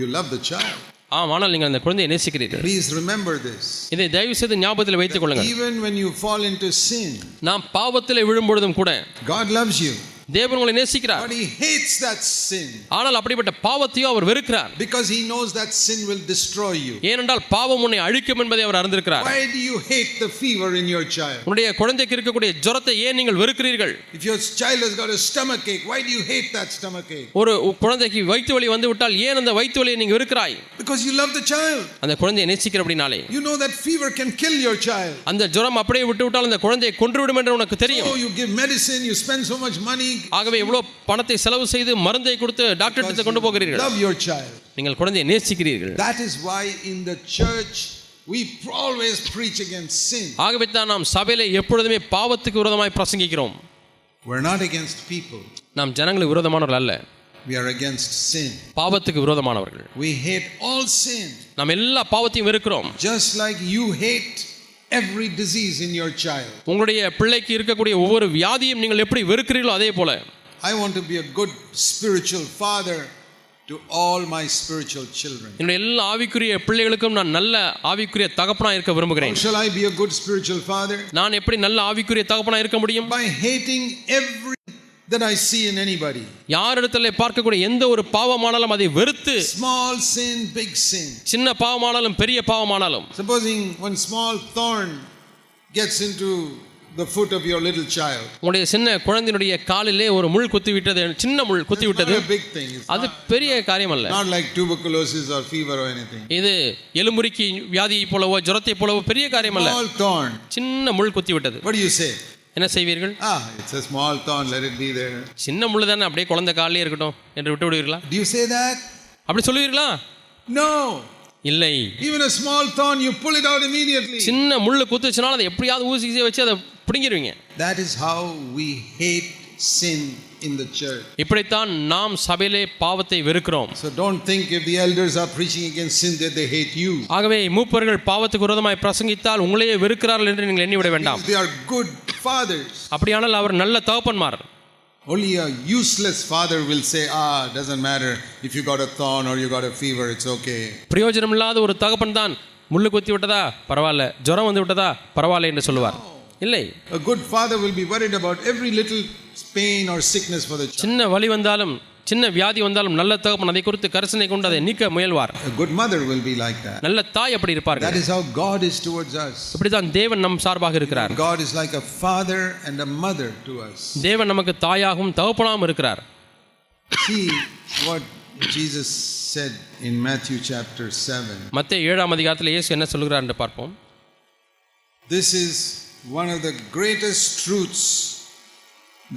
[SPEAKER 1] you love the child.
[SPEAKER 2] ஆம் ஆனால் நீங்கள் அந்த குழந்தையை நேசிக்கிறீர்கள்
[SPEAKER 1] Please remember this.
[SPEAKER 2] இதை தயவு செய்து ஞாபகத்தில் வைத்துக் கொள்ளுங்கள்
[SPEAKER 1] Even when you fall into sin,
[SPEAKER 2] நாம் பாவத்தில் விழும்பொழுதும் கூட
[SPEAKER 1] God loves you.
[SPEAKER 2] தேவன் உங்களை நேசிக்கிறார்
[SPEAKER 1] But he hates that sin
[SPEAKER 2] ஆனால் அப்படிப்பட்ட பாவத்தையோ அவர் வெறுக்கிறார்
[SPEAKER 1] because he knows that sin will destroy you.
[SPEAKER 2] ஏனென்றால் பாவம் உன்னை அழிக்கும் என்பதை அவர் அறிந்திருக்கிறார்
[SPEAKER 1] Why do you hate the fever in your child?
[SPEAKER 2] உன்னுடைய குழந்தைக்கு இருக்கக்கூடிய ஜுரத்தை ஏன் நீங்கள் வெறுக்கிறீர்கள்
[SPEAKER 1] If your child has got a stomach ache, why do you hate that stomach ache?
[SPEAKER 2] ஒரு குழந்தைக்கு வயிற்று வலி வந்து விட்டால் ஏன் அந்த வயிற்று வலியை நீங்கள் வெறுக்கிறாய்
[SPEAKER 1] Because you love the child.
[SPEAKER 2] அந்த குழந்தையை நேசிக்கிற அப்படின்னாலே
[SPEAKER 1] You know that fever can kill your child.
[SPEAKER 2] அந்த ஜுரம் அப்படியே விட்டு விட்டால் அந்த குழந்தையை கொன்றுவிடும் என்று உனக்கு தெரியும்
[SPEAKER 1] Oh, you give medicine, you spend so much money.
[SPEAKER 2] ஆகவே இவ்வளவு பணத்தை செலவு செய்து மருந்தை கொடுத்து டாக்டர் கிட்ட கொண்டு போகிறீர்கள்
[SPEAKER 1] Love your child.
[SPEAKER 2] நீங்கள் குழந்தையை நேசிக்கிறீர்கள்
[SPEAKER 1] That is why in the church we always preach against sin.
[SPEAKER 2] ஆகவே தான் நாம் சபையிலே எப்பொழுதுமே பாவத்துக்கு விரோதமாய் பிரசங்கிக்கிறோம்
[SPEAKER 1] We're not against people,
[SPEAKER 2] நாம் ஜனங்களுக்கு விரோதமானவர்கள் அல்ல
[SPEAKER 1] we are against sin.
[SPEAKER 2] பாவத்துக்கு விரோதமானவர்கள்
[SPEAKER 1] We hate all sin.
[SPEAKER 2] நாம் எல்லா பாவத்தையும் வெறுக்கிறோம்
[SPEAKER 1] Just like you hate every disease in your child.
[SPEAKER 2] உங்களுடைய பிள்ளைக்கு இருக்கக்கூடிய ஒவ்வொரு வியாதியும் நீங்கள் எப்படி வெறுக்கிறீர்களோ அதே போல
[SPEAKER 1] I want to be a good spiritual father to all my spiritual children.
[SPEAKER 2] என்னுடைய எல்லா ஆவிக்குரிய பிள்ளைகளுக்கும் நான் நல்ல ஆவிக்குரிய தகப்பனா இருக்க
[SPEAKER 1] How
[SPEAKER 2] விரும்புகிறேன்
[SPEAKER 1] shall I be a good spiritual father?
[SPEAKER 2] நான் எப்படி நல்ல ஆவிக்குரிய தகப்பனா இருக்க முடியும்
[SPEAKER 1] By hating every that I see in anybody.
[SPEAKER 2] யாரிடத்துல பார்க்கக்கூடிய எந்த ஒரு பாவமானாலும் அதை வெறுத்து
[SPEAKER 1] Small sin, big sin.
[SPEAKER 2] சின்ன பாவமானாலும் பெரிய பாவமானாலும்
[SPEAKER 1] Supposing one small thorn gets into the foot of your little child.
[SPEAKER 2] உங்களுடைய சின்ன குழந்தையினுடைய காலிலே ஒரு முள் குத்தி விட்டது சின்ன முள் குத்தி
[SPEAKER 1] Not
[SPEAKER 2] விட்டது
[SPEAKER 1] a big thing. It's
[SPEAKER 2] அது பெரிய காரியம் அல்ல
[SPEAKER 1] not like tuberculosis or fever or anything.
[SPEAKER 2] இது எலும்புரிக்கு வியாதியை போலவோ ஜுரத்தை போலவோ பெரிய காரியம் அல்ல
[SPEAKER 1] Small thorn.
[SPEAKER 2] சின்ன முள் குத்தி விட்டது
[SPEAKER 1] What do you say?
[SPEAKER 2] என்ன செய்வீர்கள்
[SPEAKER 1] Ah, it's a small thorn, let it be there.
[SPEAKER 2] சின்ன முள் தானே அப்படியே குழந்தை காலிலே இருக்கட்டும் என்று விட்டு விடுவீர்களா
[SPEAKER 1] Do you say that?
[SPEAKER 2] அப்படி சொல்லுவீர்களா
[SPEAKER 1] No.
[SPEAKER 2] இல்லை
[SPEAKER 1] Even a small thorn, you pull it out immediately.
[SPEAKER 2] சின்ன முள்ளு குத்துச்சுனாலும் அதை எப்படியாவது ஊசி கீசி வச்சு அதை பிடுங்கிடுவீங்க
[SPEAKER 1] That is how we hate sin in the church.
[SPEAKER 2] இப்படித்தான் நாம் சபையிலே பாவத்தை வெறுக்கிறோம்
[SPEAKER 1] So don't think if the elders are preaching against sin that they hate you.
[SPEAKER 2] ஆகவே மூப்பர்கள் பாவத்துக்கு விரோதமாய் பிரசங்கித்தால் உங்களையே வெறுக்கிறார்கள் என்று நீங்கள் எண்ணிவிட வேண்டாம்
[SPEAKER 1] They are good fathers.
[SPEAKER 2] அப்படியானால் அவர் நல்ல தகப்பன்மார்
[SPEAKER 1] Only a useless father will say, ah, doesn't matter if you got a thorn or you got a fever, it's okay.
[SPEAKER 2] பிரயோஜனம் இல்லாத ஒரு தகப்பன் தான் முள்ளு குத்தி விட்டதா பரவாயில்ல ஜுரம் வந்து விட்டதா பரவாயில்ல என்று சொல்லுவார் இல்லை
[SPEAKER 1] A good father will be worried about every little pain or sickness for the child.
[SPEAKER 2] சின்ன வலி வந்தாலும் சின்ன வியாதி வந்தாலும் நல்ல தகப்பன் அதை குறித்து கரிசனை கொண்டு அதை நீக்க முயல்வார்
[SPEAKER 1] A good mother will be like that.
[SPEAKER 2] நல்ல தாய் அப்படி
[SPEAKER 1] That
[SPEAKER 2] இருப்பார்கள்
[SPEAKER 1] is how God is towards us.
[SPEAKER 2] இப்படிதான் தேவன் நம் சார்பாக இருக்கிறார்
[SPEAKER 1] God is like a father and a mother to us.
[SPEAKER 2] தேவன் நமக்கு தாயாகவும் தகப்பனாகவும் இருக்கிறார்
[SPEAKER 1] See what Jesus said in Matthew chapter 7.
[SPEAKER 2] மத்திய ஏழாம் அதிகாரத்தில் இயேசு என்ன சொல்கிறார் என்று பார்ப்போம்
[SPEAKER 1] This is one of the greatest truths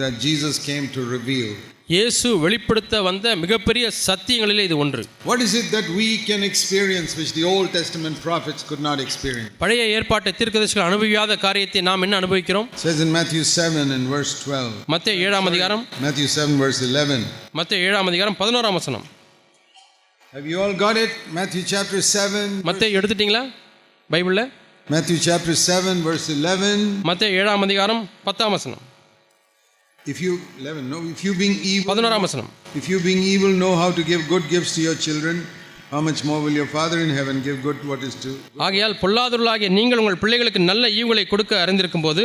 [SPEAKER 1] that Jesus came to reveal.
[SPEAKER 2] இயேசு வெளிப்படுத்த வந்த மிகப்பெரிய சத்தியங்களிலே இது ஒன்று
[SPEAKER 1] What is it that we can experience which the Old Testament prophets could not experience?
[SPEAKER 2] பழைய ஏற்பாட்டை தீர்க்கதரிசிகள் அனுபவியாத காரியத்தை நாம் என்ன அனுபவிக்கிறோம்
[SPEAKER 1] It says in Matthew 7 and verse 12.
[SPEAKER 2] மத்திய ஏழாம் அதிகாரம்
[SPEAKER 1] Matthew 7, verse 11.
[SPEAKER 2] மத்திய ஏழாம் அதிகாரம் பதினோராம் வசனம்
[SPEAKER 1] Have you all got it? Matthew chapter 7.
[SPEAKER 2] மத்திய எடுத்துட்டீங்களா பைபிளில்
[SPEAKER 1] Matthew chapter 7, verse 11.
[SPEAKER 2] மத்திய ஏழாம் அதிகாரம் பத்தாம் வசனம்
[SPEAKER 1] If you, 11, no, if you being evil,
[SPEAKER 2] பதினோராம் வசனம்
[SPEAKER 1] if you being evil know how to give good gifts to your children, how much more will your Father in heaven give good what is to
[SPEAKER 2] ஆகையால் பொல்லாதொருளாகிய நீங்கள் உங்கள் பிள்ளைகளுக்கு நல்ல ஈவுகளை கொடுக்க அறிந்திருக்கும் போது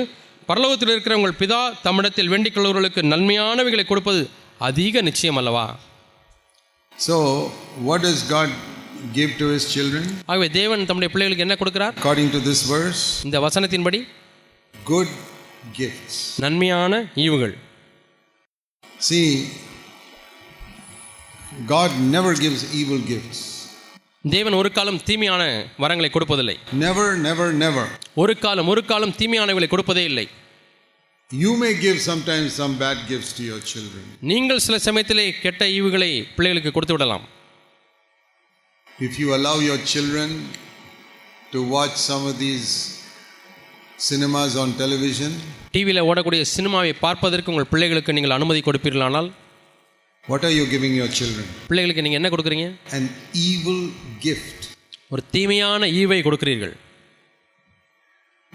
[SPEAKER 2] பரலோகத்தில் இருக்கிற உங்கள் பிதா தம்மிடத்தில் வேண்டிக் கொள்வர்களுக்கு நன்மையானவைகளை கொடுப்பது அதிக நிச்சயம் அல்லவா
[SPEAKER 1] So, what does God give to his children?
[SPEAKER 2] ஆகவே தேவன் தம்முடைய பிள்ளைகளுக்கு என்ன கொடுக்கிறார்
[SPEAKER 1] According to this verse,
[SPEAKER 2] இந்த வசனத்தின்படி
[SPEAKER 1] good gifts.
[SPEAKER 2] நன்மையான ஈவுகள்
[SPEAKER 1] See, God never gives evil gifts.
[SPEAKER 2] தேவன் ஒரு காலம் தீமையான வரங்களை கொடுப்பதில்லை
[SPEAKER 1] Never, never, never.
[SPEAKER 2] ஒரு காலம் ஒரு காலம் தீமையானவைகளை கொடுப்பதே இல்லை
[SPEAKER 1] You may give sometimes some bad gifts to your children.
[SPEAKER 2] நீங்கள் சில சமயத்திலே கெட்ட ஈவுகளை பிள்ளைகளுக்கு கொடுத்து விடலாம்
[SPEAKER 1] If you allow your children to watch some of these cinemas on television,
[SPEAKER 2] டிவியில் ஓடக்கூடிய சினிமாவை பார்ப்பதற்கு உங்கள் பிள்ளைகளுக்கு நீங்கள் அனுமதி கொடுப்பீர்களானால்
[SPEAKER 1] what are you giving your children?
[SPEAKER 2] பிள்ளைகளுக்கு நீங்கள் என்ன கொடுக்குறீங்க
[SPEAKER 1] An evil gift
[SPEAKER 2] ஒரு தீமையான ஈவை கொடுக்கிறீர்கள்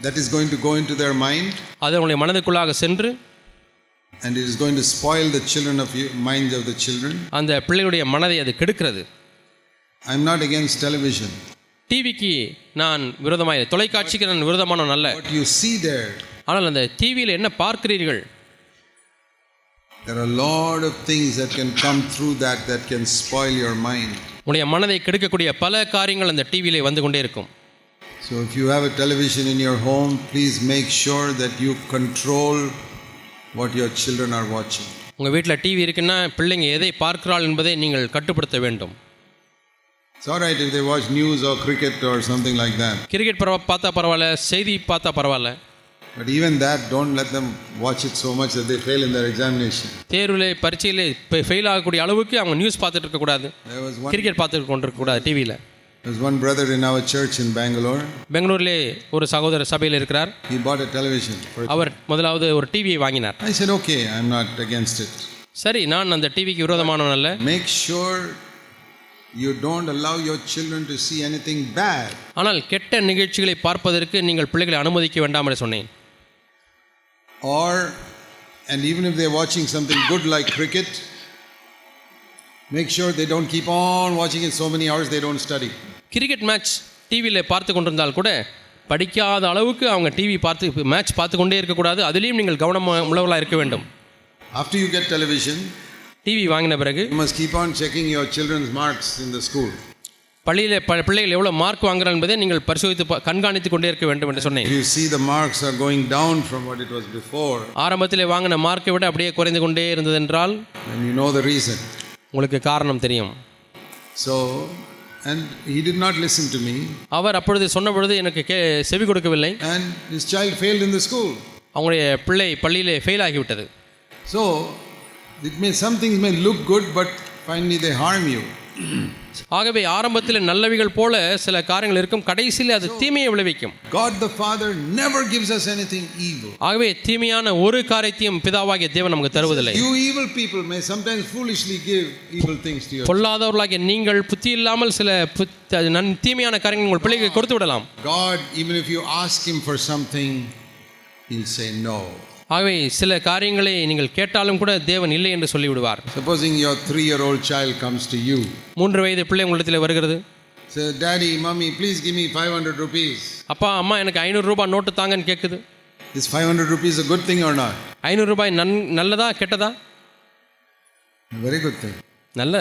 [SPEAKER 1] that is going to go into their mind
[SPEAKER 2] அது அவங்களுடைய மனதுக்குள்ளாக சென்று
[SPEAKER 1] and it is going to spoil the children of you, minds of the children.
[SPEAKER 2] அந்த பிள்ளைகளுடைய மனதை அது கெடுக்கிறது
[SPEAKER 1] I'm not against television.
[SPEAKER 2] டிவிக்கு நான் விரோதமாக தொலைக்காட்சிக்கு நான் விரோதமானவன் அல்ல
[SPEAKER 1] What you see there,
[SPEAKER 2] ஆனால் அந்த டிவியில் என்ன பார்க்கிறீர்கள்
[SPEAKER 1] there are a lot of things that can come through that that can spoil your mind.
[SPEAKER 2] உங்களுடைய மனதை கெடுக்கக்கூடிய பல காரியங்கள் அந்த டிவியிலே வந்து கொண்டே இருக்கும்
[SPEAKER 1] So if you have a television in your home, please make sure that you control what your children are watching.
[SPEAKER 2] உங்கள் வீட்டில் டிவி இருக்குன்னா பிள்ளைங்க எதை பார்க்கிறாள் என்பதை நீங்கள் கட்டுப்படுத்த வேண்டும்
[SPEAKER 1] It's all right if they watch news or cricket or something like that.
[SPEAKER 2] Cricket பரவ பார்த்தா பரவாயில்ல செய்தி பார்த்தா பரவாயில்ல
[SPEAKER 1] But even that, don't let them watch it so much that they fail in their examination.
[SPEAKER 2] தேர்விலே பரீட்சையிலே இப்போ ஃபெயில் ஆகக்கூடிய அளவுக்கு அவங்க நியூஸ் பார்த்துட்டு இருக்கக்கூடாது
[SPEAKER 1] There was one,
[SPEAKER 2] கிரிக்கெட் பார்த்துட்டு கொண்டிருக்கக்கூடாது டிவியில்
[SPEAKER 1] there was one brother in our church in Bangalore.
[SPEAKER 2] பெங்களூர்லே ஒரு சகோதர சபையில் இருக்கிறார்
[SPEAKER 1] He bought a television. For
[SPEAKER 2] அவர் முதலாவது ஒரு டிவியை வாங்கினார்
[SPEAKER 1] I said, okay, I'm not against it.
[SPEAKER 2] சரி நான் அந்த டிவிக்கு விரோதமானவன் அல்ல
[SPEAKER 1] Make sure you don't allow your children to see anything bad.
[SPEAKER 2] ஆனால் கெட்ட நிகழ்ச்சிகளை பார்ப்பதற்கு நீங்கள் பிள்ளைகளை அனுமதிக்க வேண்டாம் என்று சொன்னேன்
[SPEAKER 1] Or, and even if they're watching something good like cricket, make sure they don't keep on watching it so many hours they don't study.
[SPEAKER 2] Cricket match டிவியில் பார்த்து கொண்டிருந்தால் கூட படிக்காத அளவுக்கு அவங்க டிவி பார்த்து மேட்ச் பார்த்து கொண்டே இருக்கக்கூடாது அதுலேயும் நீங்கள் கவனம் உள்ளவர்களாக இருக்க வேண்டும்
[SPEAKER 1] After you get television,
[SPEAKER 2] TV வாங்கின பிறகு
[SPEAKER 1] You must keep on checking your children's marks in the school.
[SPEAKER 2] பள்ளியில் ப பிள்ளைகள் எவ்வளோ மார்க் வாங்குறாங்க என்பதை நீங்கள் பரிசோதித்து பா- கண்காணித்து கொண்டே இருக்க வேண்டும் என்று சொன்னேன்
[SPEAKER 1] If you see the marks are going down from what it was before,
[SPEAKER 2] ஆரம்பத்தில் வாங்கின மார்க்கை விட அப்படியே குறைந்து கொண்டே இருந்ததென்றால்
[SPEAKER 1] then you know the reason.
[SPEAKER 2] உங்களுக்கு காரணம் தெரியும்
[SPEAKER 1] So, and he did not listen to me,
[SPEAKER 2] அவர் அப்பொழுது சொன்ன பொழுது எனக்கு கே செவி கொடுக்கவில்லை
[SPEAKER 1] and his child failed in the school.
[SPEAKER 2] அவங்களுடைய பிள்ளை பள்ளியிலே ஃபெயில் ஆகிவிட்டது
[SPEAKER 1] So, it may some things may look good, but finally they harm you.
[SPEAKER 2] ஆகவே ஆரம்பத்தில் நல்லவைகள் போல சில காரியங்கள் இருக்கும் கடைசியில் அது தீமையை விளைவிக்கும்
[SPEAKER 1] God the Father never gives us anything evil.
[SPEAKER 2] ஆகவே தீமையான ஒரு காரியத்தையும் பிதாவாகிய தேவன் நமக்கு தருவதில்லை
[SPEAKER 1] You evil people may sometimes foolishly give evil things to you.
[SPEAKER 2] பொல்லாதவர்களாகிய நீங்கள் புத்தி இல்லாமல் சில புத்- அது நன் தீமையான காரியங்கள் உங்கள் பிள்ளைக்கு கொடுத்து விடலாம்
[SPEAKER 1] God, even if you ask him for something, he'll say no.
[SPEAKER 2] ஆகவே சில காரியங்களை நீங்கள் கேட்டாலும் கூட தேவன் இல்லை என்று சொல்லிவிடுவார்
[SPEAKER 1] Supposing your three year old child comes to you,
[SPEAKER 2] மூன்று வயது பிள்ளை உங்களிடத்தில் வருகிறது
[SPEAKER 1] says, Daddy, Mommy, please give me 500 rupees.
[SPEAKER 2] அப்பா அம்மா எனக்கு ஐநூறுரூபா நோட்டு தாங்கன்னு கேட்குது
[SPEAKER 1] Is 500 rupees a good thing or not?
[SPEAKER 2] ஐநூறு ரூபாய் நன் நல்லதா கெட்டதா
[SPEAKER 1] A very good thing.
[SPEAKER 2] நல்ல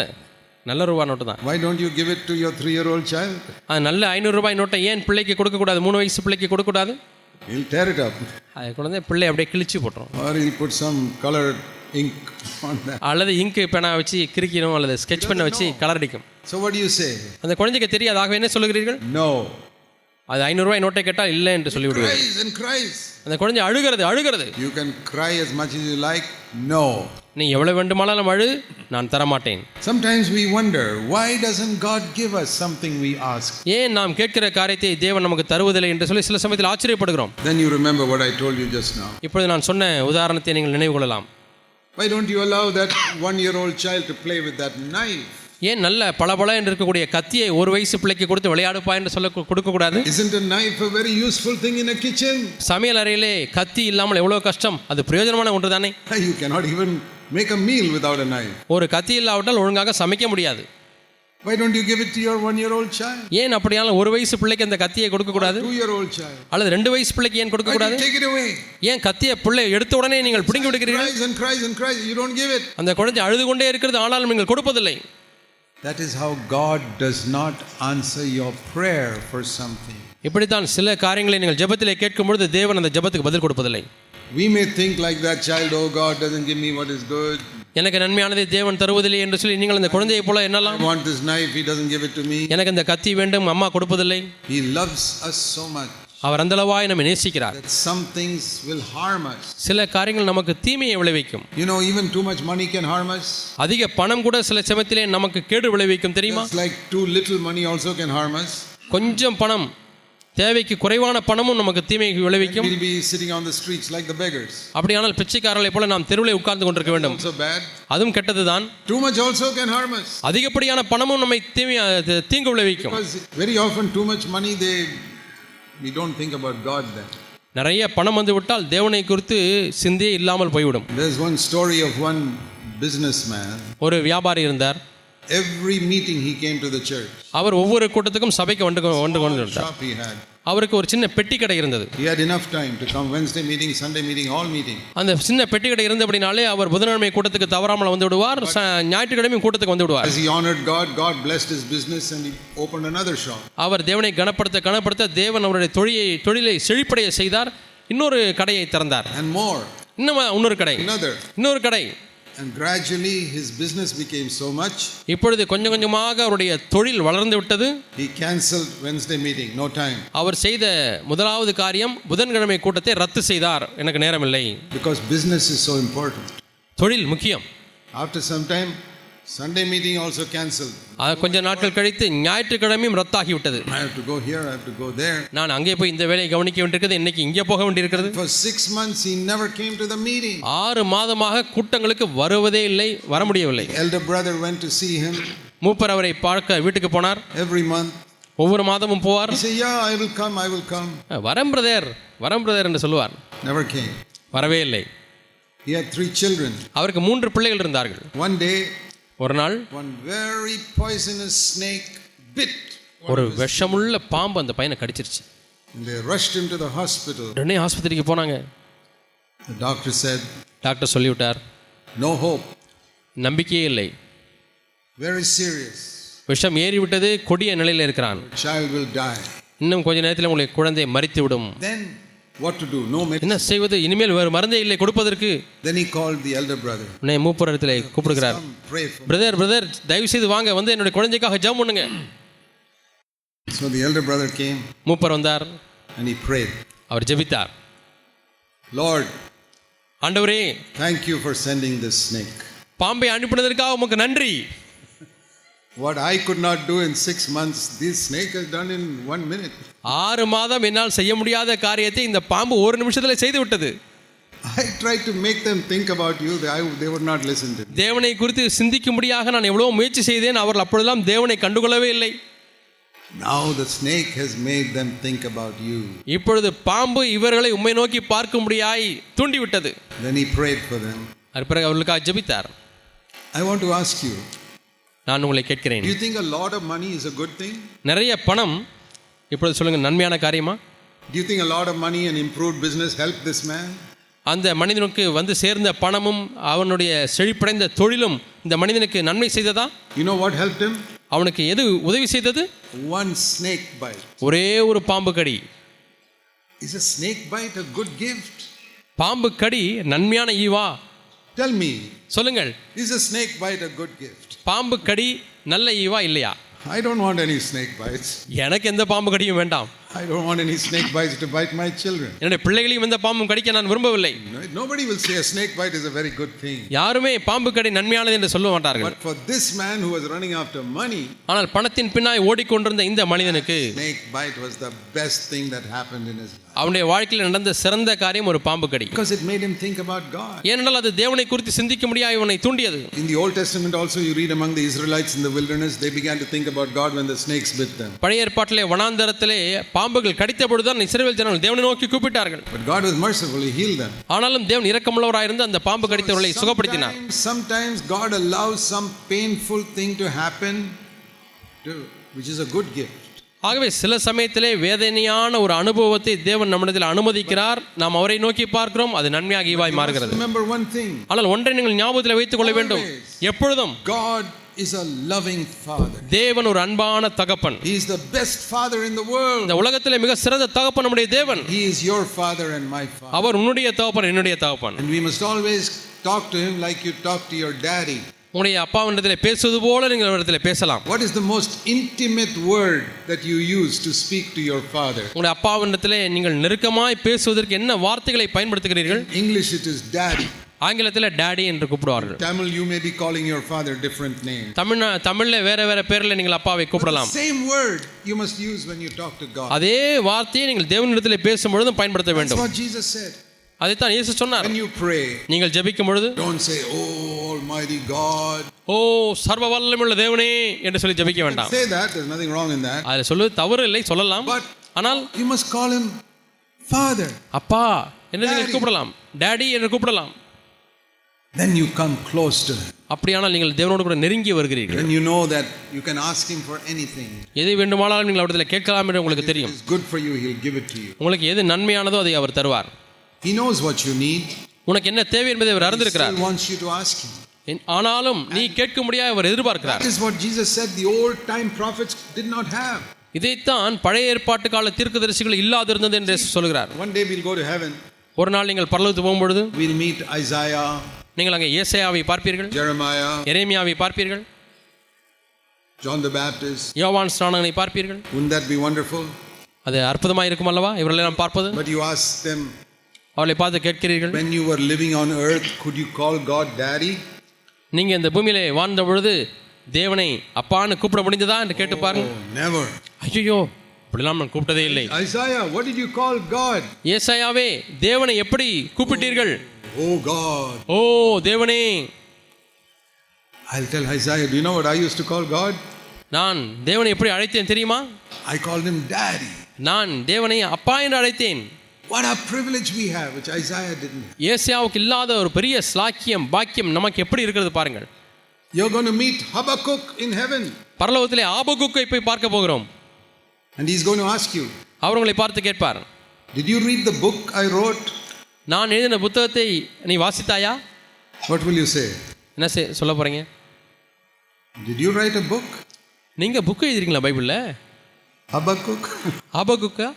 [SPEAKER 2] நல்ல ரூபா நோட்டு தான்
[SPEAKER 1] Why don't you give it to your three year old child?
[SPEAKER 2] அது நல்ல ஐநூறு ரூபாய் நோட்டை ஏன் பிள்ளைக்கு கொடுக்கக்கூடாது மூணு வயசு பிள்ளைக்கு கொடுக்கக்கூடாது
[SPEAKER 1] He'll tear it up
[SPEAKER 2] அது குழந்தை பிள்ளை அப்படியே கிழிச்சு போட்டுரும்
[SPEAKER 1] or he'll put some colored ink on that.
[SPEAKER 2] அல்லது இங்கு பெனா வச்சு கிறுக்கிடும் அல்லது ஸ்கெட்ச் பண்ண வச்சு கலர் அடிக்கும்
[SPEAKER 1] So, what do you say?
[SPEAKER 2] அந்த குழந்தைக்கு தெரியாது ஆகவே என்ன சொல்லுகிறீர்கள்
[SPEAKER 1] No.
[SPEAKER 2] அது ஐநூறுரூவாய் நோட்டை கேட்டால் இல்லை என்று சொல்லிவிடுவேன்
[SPEAKER 1] Cries and cries.
[SPEAKER 2] அந்த குழந்தை அழுகிறது அழுகிறது
[SPEAKER 1] You can cry as much as you like. No.
[SPEAKER 2] நீ எவ்வளவு வேண்டுமானாலும் அழு நான் தரமாட்டேன்
[SPEAKER 1] Sometimes we wonder why doesn't God give us something we ask?
[SPEAKER 2] ஏன் நாம் கேட்கிற காரியத்தை தேவன் நமக்கு தருவதில்லை என்று சொல்லி சில சமயத்தில் ஆச்சரியப்படுகிறோம்
[SPEAKER 1] Then you remember what I told you just now.
[SPEAKER 2] இப்பொழுது நான் சொன்ன உதாரணத்தை நீங்கள் நினைவு கொள்ளலாம்
[SPEAKER 1] Why don't you allow that one year old child to play with that knife?
[SPEAKER 2] ஏன் நல்ல பளபள என்று இருக்கக்கூடிய கத்தியை ஒரு வயசு பிள்ளைக்கு கொடுத்து விளையாடுப்பா என்று சொல்ல கு- கொடுக்கக்கூடாது
[SPEAKER 1] Isn't a knife a very useful thing in a kitchen?
[SPEAKER 2] சமையல் அறையிலே கத்தி இல்லாமல் எவ்வளோ கஷ்டம் அது பிரயோஜனமான ஒன்று தானே
[SPEAKER 1] You cannot even make a meal without a knife.
[SPEAKER 2] ஒரு கத்தி இல்லாவிட்டால் ஒழுங்காக சமைக்க முடியாது
[SPEAKER 1] Why don't you give it to your one year old child?
[SPEAKER 2] ஏன் அப்படியாலும் ஒரு வயசு பிள்ளைக்கு அந்த கத்தியை கொடுக்கக்கூடாது
[SPEAKER 1] Two year old child?
[SPEAKER 2] அல்லது ரெண்டு வயசு பிள்ளைக்கு ஏன்
[SPEAKER 1] Why do
[SPEAKER 2] கொடுக்கக்கூடாது
[SPEAKER 1] you take it away?
[SPEAKER 2] ஏன் கத்தியை பிள்ளை எடுத்த உடனே நீங்கள் பிடுங்கி விடுகிறீர்கள்
[SPEAKER 1] Cries and cries and cries. You don't give it.
[SPEAKER 2] அந்த குழந்தை அழுது கொண்டே இருக்கிறது ஆனாலும் நீங்கள் கொடுப்பதில்லை
[SPEAKER 1] That is how God does not answer your prayer for something.
[SPEAKER 2] இப்படித்தான் சில காரியங்களை நீங்கள் ஜெபத்திலே கேட்கும் பொழுது தேவன் அந்த ஜெபத்துக்கு பதில் கொடுப்பதில்லை
[SPEAKER 1] We may think like that child, oh God doesn't give me what is good.
[SPEAKER 2] எனக்கு நன்மையானதை தேவன் தருவதில்லை என்று சொல்லி நீங்கள் அந்த குழந்தையைப் போல
[SPEAKER 1] I
[SPEAKER 2] என்னலாம்
[SPEAKER 1] want this knife, he doesn't give it to me.
[SPEAKER 2] எனக்கு இந்த கத்தி வேண்டும் அம்மா கொடுப்பதில்லை
[SPEAKER 1] He loves us so much
[SPEAKER 2] அவர் அந்தளவாய் நம்மை நேசிக்கிறார்
[SPEAKER 1] that some things will harm us.
[SPEAKER 2] சில காரியங்கள் நமக்கு தீமையை விளைவிக்கும்
[SPEAKER 1] You know, even too much money can harm us.
[SPEAKER 2] அதிக பணம் கூட சில சமயத்திலே நமக்கு கேடு விளைவிக்கும் தெரியுமா
[SPEAKER 1] It's like too little money also can harm us.
[SPEAKER 2] கொஞ்சம் பணம் தேவைக்கு குறைவான பணமும் நமக்கு தீமையை விளைவிக்கும்
[SPEAKER 1] We'll be sitting on the streets like the beggars.
[SPEAKER 2] அப்படியானால் பிச்சைக்காரர்களைப் போல நாம் தெருவிலே உட்கார்ந்து கொண்டிருக்க வேண்டும்
[SPEAKER 1] Also bad.
[SPEAKER 2] அதுவும் கெட்டதுதான்
[SPEAKER 1] Too much also can harm us.
[SPEAKER 2] அதிகப்படியான பணமும் நம்மை தீமை அது தீங்கு விளைவிக்கும்
[SPEAKER 1] Because very often too much money they we don't think about God then.
[SPEAKER 2] நிறைய பணம் வந்து விட்டால் தேவனை குறித்து சிந்தையே இல்லாமல் போய்விடும்
[SPEAKER 1] There's one story of one businessman.
[SPEAKER 2] ஒரு வியாபாரி இருந்தார்
[SPEAKER 1] Every meeting he came to the church.
[SPEAKER 2] அவர் ஒவ்வொரு கூட்டத்துக்கும் சபைக்கு வந்து கொ- வந்து கொண்டு இருந்தார்
[SPEAKER 1] Shop he had.
[SPEAKER 2] அவருக்கு ஒரு சின்ன பெட்டி கடை இருந்தது
[SPEAKER 1] He had enough time to come Wednesday meeting, Sunday meeting, all meeting.
[SPEAKER 2] அந்த சின்ன பெட்டி கடை இருந்த அப்படினாலே அவர் புதன்கிழமை கூட்டத்துக்கு தவறாமல் வந்து விடுவார் ச- ஞாயிற்றுக்கிழமையும் கூட்டத்துக்கு வந்து விடுவார்
[SPEAKER 1] As he honored God, God blessed his business and he opened another shop.
[SPEAKER 2] அவர் தேவனை கனப்படுத்த கனப்படுத்த தேவன் அவருடைய தொழிலை தொழிலை செழிப்படைய செய்தார் இன்னொரு கடையை திறந்தார்
[SPEAKER 1] and more,
[SPEAKER 2] இன்னும் இன்னொரு கடை
[SPEAKER 1] another.
[SPEAKER 2] இன்னொரு கடை
[SPEAKER 1] And gradually his business became so much,
[SPEAKER 2] இப்பொழுது கொஞ்சம் கொஞ்சமாக அவருடைய தொழில் வளர்ந்து விட்டது
[SPEAKER 1] he cancelled Wednesday meeting, no time.
[SPEAKER 2] அவர் செய்த முதலாவது காரியம் புதன்கிழமை கூட்டத்தை ரத்து செய்தார் எனக்கு நேரமில்லை
[SPEAKER 1] Because business is so important.
[SPEAKER 2] தொழில் முக்கியம்
[SPEAKER 1] After some time, Sunday meeting also cancelled.
[SPEAKER 2] அது கொஞ்ச நாட்கள் கழித்து ஞாயிற்றுக்கிழமையும் ரத்தாகிவிட்டது
[SPEAKER 1] I have to go here, I have to go there.
[SPEAKER 2] நான் அங்கே போய் இந்த வேலையை கவனிக்க வேண்டியிருக்கிறது இன்னைக்கு இங்கே போக வேண்டியிருக்கிறது
[SPEAKER 1] For six months, he never came to the meeting.
[SPEAKER 2] ஆறு மாதமாக கூட்டங்களுக்கு வருவதே இல்லை வர முடியவில்லை
[SPEAKER 1] Elder brother went to see him
[SPEAKER 2] மூப்பர் அவரை பார்க்க வீட்டுக்கு போனார்
[SPEAKER 1] every month.
[SPEAKER 2] ஒவ்வொரு மாதமும் போவார்
[SPEAKER 1] He said, Yeah, I will come, I will come.
[SPEAKER 2] வரம் பிரதர் வரம் பிரதர் என்று சொல்லுவார்
[SPEAKER 1] Never came.
[SPEAKER 2] வரவே இல்லை
[SPEAKER 1] He had three children.
[SPEAKER 2] அவருக்கு மூன்று பிள்ளைகள் இருந்தார்கள்
[SPEAKER 1] One day,
[SPEAKER 2] ஒரு நாள்
[SPEAKER 1] one very poisonous snake bit.
[SPEAKER 2] ஒரு விஷமுள்ள பாம்பு அந்த பையனை கடிச்சிருச்சு
[SPEAKER 1] And they rushed him to the hospital.
[SPEAKER 2] உடனே ஆஸ்பத்திரிக்கு போனாங்க
[SPEAKER 1] The doctor said,
[SPEAKER 2] டாக்டர் சொல்லிவிட்டார்
[SPEAKER 1] No hope.
[SPEAKER 2] நம்பிக்கையே இல்லை
[SPEAKER 1] Very serious.
[SPEAKER 2] விஷம் ஏறிவிட்டது கொடிய நிலையில் இருக்கிறான்
[SPEAKER 1] The child will die.
[SPEAKER 2] இன்னும் கொஞ்ச நேரத்தில் உங்களுடைய குழந்தை மறித்து விடும்
[SPEAKER 1] Then, what to do? No medicine.
[SPEAKER 2] என்ன செய்வது இனிமேல் வேறு மருந்தே இல்லை கொடுப்பதற்கு
[SPEAKER 1] Then he called the elder brother.
[SPEAKER 2] உன்னை மூப்புறத்தில் கூப்பிடுகிறார்
[SPEAKER 1] Come, pray for me.
[SPEAKER 2] Brother brother தயவு செய்து வாங்க வந்து என்னுடைய குழந்தைக்காக ஜெபம் பண்ணுங்க
[SPEAKER 1] So the elder brother came
[SPEAKER 2] மூப்பர் வந்தார்
[SPEAKER 1] and he prayed.
[SPEAKER 2] அவர் ஜெபித்தார்
[SPEAKER 1] Lord,
[SPEAKER 2] ஆண்டவரே
[SPEAKER 1] thank you for sending this snake.
[SPEAKER 2] பாம்பை அனுப்பினதற்காக உமக்கு நன்றி
[SPEAKER 1] What I could not do in six months, this snake has done in one minute.
[SPEAKER 2] ஆறு மாதம் என்னால் செய்ய முடியாத காரியத்தை இந்த பாம்பு ஒரு நிமிஷத்தில் செய்து விட்டது
[SPEAKER 1] I tried to make them think about you, they, I- they would not listen to me.
[SPEAKER 2] தேவனை குறித்து சிந்திக்கும்படியாக நான் எவ்வளோ முயற்சி செய்தேன் அவர்கள் அப்பொழுதெல்லாம் தேவனை கண்டுகொள்ளவே இல்லை
[SPEAKER 1] Now the snake has made them think about you.
[SPEAKER 2] இப்பொழுது பாம்பு இவர்களை உம்மை நோக்கி பார்க்கும்படியாய் தூண்டிவிட்டது
[SPEAKER 1] Then he prayed for them.
[SPEAKER 2] அது பிறகு அவர்களுக்காக ஜெபித்தார்
[SPEAKER 1] I want to ask you
[SPEAKER 2] நான் உங்களை கேட்கிறேன்
[SPEAKER 1] do you think a lot of money is a good thing?
[SPEAKER 2] நிறைய பணம் இப்பொழுது சொல்லுங்கள் நன்மையான காரியமா
[SPEAKER 1] Do you think a lot of money and improved business helped this man?
[SPEAKER 2] அந்த மனிதனுக்கு வந்து சேர்ந்த பணமும் அவனுடைய செழிப்படைந்த தொழிலும் இந்த மனிதனுக்கு நன்மை செய்ததா
[SPEAKER 1] You know what helped him?
[SPEAKER 2] அவனுக்கு எது உதவி செய்தது
[SPEAKER 1] One snake bite.
[SPEAKER 2] ஒரே ஒரு பாம்பு கடி
[SPEAKER 1] Is a snake bite a good gift?
[SPEAKER 2] பாம்பு கடி நன்மையான ஈவா
[SPEAKER 1] Tell me,
[SPEAKER 2] சொல்லுங்கள்
[SPEAKER 1] is a snake bite a good gift?
[SPEAKER 2] பாம்பு கடி நல்ல ஈவா இல்லையா
[SPEAKER 1] I don't want any snake bites.
[SPEAKER 2] எனக்கு எந்த பாம்பு கடியும் வேண்டாம்
[SPEAKER 1] I don't want any snake bites to bite my children.
[SPEAKER 2] என்னுடைய பிள்ளைகளையும் எந்த பாம்பும் கடிக்க நான் விரும்பவில்லை
[SPEAKER 1] No- Nobody will say a snake bite is a very good thing.
[SPEAKER 2] யாருமே பாம்பு கடி நன்மையானது என்று சொல்ல மாட்டார்கள்
[SPEAKER 1] But for this man who was running after money,
[SPEAKER 2] ஆனால் பணத்தின் பின்னாய் ஓடிக்கொண்டிருந்த இந்த மனிதனுக்கு
[SPEAKER 1] snake bite was the best thing that happened in his life.
[SPEAKER 2] அவனுடைய வாழ்க்கையில் நடந்த சிறந்த காரியம் ஒரு பாம்பு கடி
[SPEAKER 1] Because it made him think about God.
[SPEAKER 2] ஏனென்றால் அது தேவனை குறித்து சிந்திக்க முடியாது இவனை தூண்டியது
[SPEAKER 1] In the Old Testament, also, you read among the Israelites in the wilderness, they began to think about God when the snakes bit them.
[SPEAKER 2] பழைய ஏற்பாட்டிலே வனாந்தரத்திலே பாம்புகள் கடித்தபொழுதுதான் இஸ்ரவேல் ஜனங்கள் தேவனை நோக்கி கூப்பிட்டார்கள்
[SPEAKER 1] But God was merciful, He healed them.
[SPEAKER 2] ஆனாலும் தேவன் இரக்கமுள்ளவராயிருந்து அந்த பாம்பு கடித்தவர்களை சுகப்படுத்தினார்
[SPEAKER 1] Sometimes, sometimes God allows some painful thing to happen, to, which is a good gift.
[SPEAKER 2] ஆகவே சில சமயத்திலே வேதனையான ஒரு அனுபவத்தை தேவன் நம்மிடத்தில் அனுமதிக்கிறார் நாம் அவரை நோக்கி பார்க்கிறோம் அது நன்மையாக ஈவாய்
[SPEAKER 1] Just
[SPEAKER 2] மாறுகிறது
[SPEAKER 1] remember one thing
[SPEAKER 2] ஆனால் ஒன்றை நீங்கள் ஞாபகத்தில் வைத்துக் கொள்ள வேண்டும் எப்பொழுதும்
[SPEAKER 1] God is a loving Father.
[SPEAKER 2] தேவன் ஒரு அன்பான தகப்பன்
[SPEAKER 1] He is the best Father in the world.
[SPEAKER 2] இந்த உலகத்திலே மிக சிறந்த தகப்பன் நம்முடைய தேவன்
[SPEAKER 1] He is your Father and my Father.
[SPEAKER 2] அவர் உன்னுடைய தகப்பன் என்னுடைய தகப்பன்
[SPEAKER 1] And we must always talk to Him like you talk to your daddy.
[SPEAKER 2] உங்களுடைய அப்பாவிடத்திலே பேசுவது போல நீங்கள் அவரிடத்தில் பேசலாம்
[SPEAKER 1] What is the most intimate word that you use to speak to your Father?
[SPEAKER 2] உங்களுடைய அப்பாவிடத்திலே நீங்கள் நெருக்கமாய் பேசுவதற்கு என்ன வார்த்தைகளை பயன்படுத்துகிறீர்கள்
[SPEAKER 1] In English, it is daddy.
[SPEAKER 2] ஆங்கிலத்தில் டேடி என்று கூப்பிடுவார்கள்
[SPEAKER 1] Tamil, you may be calling your father different names.
[SPEAKER 2] Tamil தமிழில் வேற வேற பேரில் நீங்கள் அப்பாவை கூப்பிடலாம்
[SPEAKER 1] Same word you must use when you talk to God.
[SPEAKER 2] அதே வார்த்தையை நீங்கள் தேவனிடத்தில் பேசும்பொழுதும் பயன்படுத்த
[SPEAKER 1] That's
[SPEAKER 2] வேண்டும்
[SPEAKER 1] what Jesus said.
[SPEAKER 2] அதைத்தான் இயேசு சொன்னார்
[SPEAKER 1] When you pray,
[SPEAKER 2] நீங்கள் ஜெபிக்கும் பொழுது
[SPEAKER 1] don't say, Oh Almighty God.
[SPEAKER 2] ஓ சர்வ வல்லமுள்ள தேவனே என்று சொல்லி ஜெபிக்க வேண்டாம்
[SPEAKER 1] Say that, there's nothing wrong in that.
[SPEAKER 2] அதில் சொல்வது தவறு இல்லை சொல்லலாம்
[SPEAKER 1] But
[SPEAKER 2] ஆனால்
[SPEAKER 1] you must call him Father.
[SPEAKER 2] அப்பா என்று நீங்கள்
[SPEAKER 1] Daddy.
[SPEAKER 2] கூப்பிடலாம் டேடி என்று கூப்பிடலாம்
[SPEAKER 1] Then you come close to him.
[SPEAKER 2] அப்படியானால் நீங்கள் தேவனோடு கூட நெருங்கி வருகிறீர்கள்
[SPEAKER 1] Then you know that you can ask him for anything.
[SPEAKER 2] எது வேண்டுமானாலும் நீங்கள் அவரிடத்தில் கேட்கலாம் என்று உங்களுக்கு
[SPEAKER 1] If
[SPEAKER 2] தெரியும்
[SPEAKER 1] it's good for you, he'll give it to you.
[SPEAKER 2] உங்களுக்கு எது நன்மையானதோ அதை அவர் தருவார்
[SPEAKER 1] He knows what you need.
[SPEAKER 2] உனக்கு என்ன தேவை என்பதை அவர்
[SPEAKER 1] He
[SPEAKER 2] அறிந்திருக்கிறார்
[SPEAKER 1] still wants you to ask him.
[SPEAKER 2] என்- ஆனாலும் நீ கேட்க முடியாது அவர் எதிர்பார்க்கிறார்
[SPEAKER 1] That is what Jesus said the old time prophets did not have.
[SPEAKER 2] இதைத்தான் பழைய ஏற்பாட்டு கால தீர்க்கதரிசிகள் இல்லாதிருந்தது என்று சொல்கிறார்
[SPEAKER 1] One day we'll go to heaven.
[SPEAKER 2] ஒரு நாள் நீங்கள் பரலோகத்துக்கு போகும்பொழுது
[SPEAKER 1] We'll meet Isaiah,
[SPEAKER 2] நீங்கள் அங்கே ஏசாயாவை பார்ப்பீர்கள்
[SPEAKER 1] Jeremiah,
[SPEAKER 2] எரேமியாவை பார்ப்பீர்கள்
[SPEAKER 1] John the Baptist.
[SPEAKER 2] யோவான் ஸ்நானனை பார்ப்பீர்கள்
[SPEAKER 1] Wouldn't that be wonderful?
[SPEAKER 2] அது அற்புதமாக இருக்கும் அல்லவா இவர்களை நாம் பார்ப்பது
[SPEAKER 1] But you ask them,
[SPEAKER 2] அவளை பார்த்து கேட்கிறீர்கள்
[SPEAKER 1] when you were living on earth, could you call God daddy?
[SPEAKER 2] நீங்கள் இந்த பூமியிலே வாழ்ந்த பொழுது தேவனை அப்பான்னு கூப்பிட முடிந்ததா என்று கேட்டு பாருங்க
[SPEAKER 1] Oh, never.
[SPEAKER 2] ஐயோ இப்படிலாம் நான் கூப்பிட்டதே இல்லை
[SPEAKER 1] Isaiah, what did you call God?
[SPEAKER 2] ஏசாயாவே தேவனை எப்படி கூப்பிட்டீர்கள்
[SPEAKER 1] Oh, God.
[SPEAKER 2] ஓ தேவனே
[SPEAKER 1] I'll tell Isaiah, do you know what I used to call God?
[SPEAKER 2] நான் தேவனை எப்படி அழைத்தேன் தெரியுமா
[SPEAKER 1] I called him daddy.
[SPEAKER 2] நான் தேவனை அப்பா என்று அழைத்தேன்
[SPEAKER 1] What a privilege we have, which Isaiah didn't have.
[SPEAKER 2] ஏசாயாவுக்கு இல்லாத ஒரு பெரிய ஸ்லாக்கியம் பாக்கியம் நமக்கு எப்படி இருக்கிறது பாருங்கள்
[SPEAKER 1] You're going to meet Habakkuk in heaven,
[SPEAKER 2] பரலோகத்திலே ஆபகுக்கை போய் பார்க்க போகிறோம்
[SPEAKER 1] and he's going to ask you,
[SPEAKER 2] அவர் உங்களை பார்த்து கேட்பார்
[SPEAKER 1] Did you read the book I wrote?
[SPEAKER 2] நான் எழுதின புத்தகத்தை நீ வாசித்தாயா
[SPEAKER 1] What will you say?
[SPEAKER 2] என்ன செய் சொல்ல போகிறீங்க
[SPEAKER 1] Did you write a book?
[SPEAKER 2] நீங்கள் புக்கு எழுதிருக்கீங்களா பைபிளில்
[SPEAKER 1] Habakkuk?
[SPEAKER 2] ஆபகுக்கா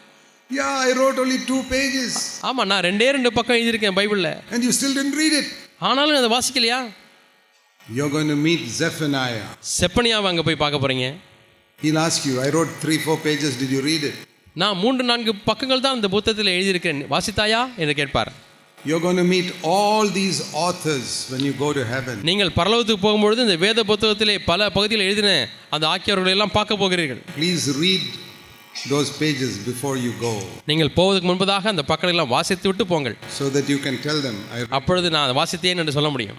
[SPEAKER 1] yeah, I wrote only two pages.
[SPEAKER 2] ஆமாம் நான் ரெண்டே ரெண்டு பக்கம் எழுதியிருக்கேன் பைபிளில்
[SPEAKER 1] and you still didn't read it.
[SPEAKER 2] ஆனாலும் அதை வாசிக்கலையா
[SPEAKER 1] You're going to meet Zephaniah.
[SPEAKER 2] செப்பனியாவை அங்கே போய் பார்க்க போகிறீங்க
[SPEAKER 1] He'll ask you, I wrote three, four pages, did you read it?
[SPEAKER 2] நான் மூன்று நான்கு பக்கங்கள் தான் இந்த புத்தகத்தில் எழுதியிருக்கேன் வாசித்தாயா என்று கேட்பார்
[SPEAKER 1] You're going to meet all these authors when you go to heaven.
[SPEAKER 2] நீங்கள் பரலோகத்துக்கு போகும்பொழுது இந்த வேத புத்தகத்திலே பல பகுதியில் எழுதின அந்த ஆக்கியவர்களை எல்லாம் பார்க்க போகிறீர்கள்
[SPEAKER 1] Please read those pages before you go
[SPEAKER 2] நீங்கள் போவதற்கு முன்பதாக அந்த பக்கங்களை எல்லாம் வாசித்து விட்டு போங்கள்
[SPEAKER 1] so that you can tell them, I,
[SPEAKER 2] அப்பொழுது நான் வாசித்தேன் என்று சொல்ல முடியும்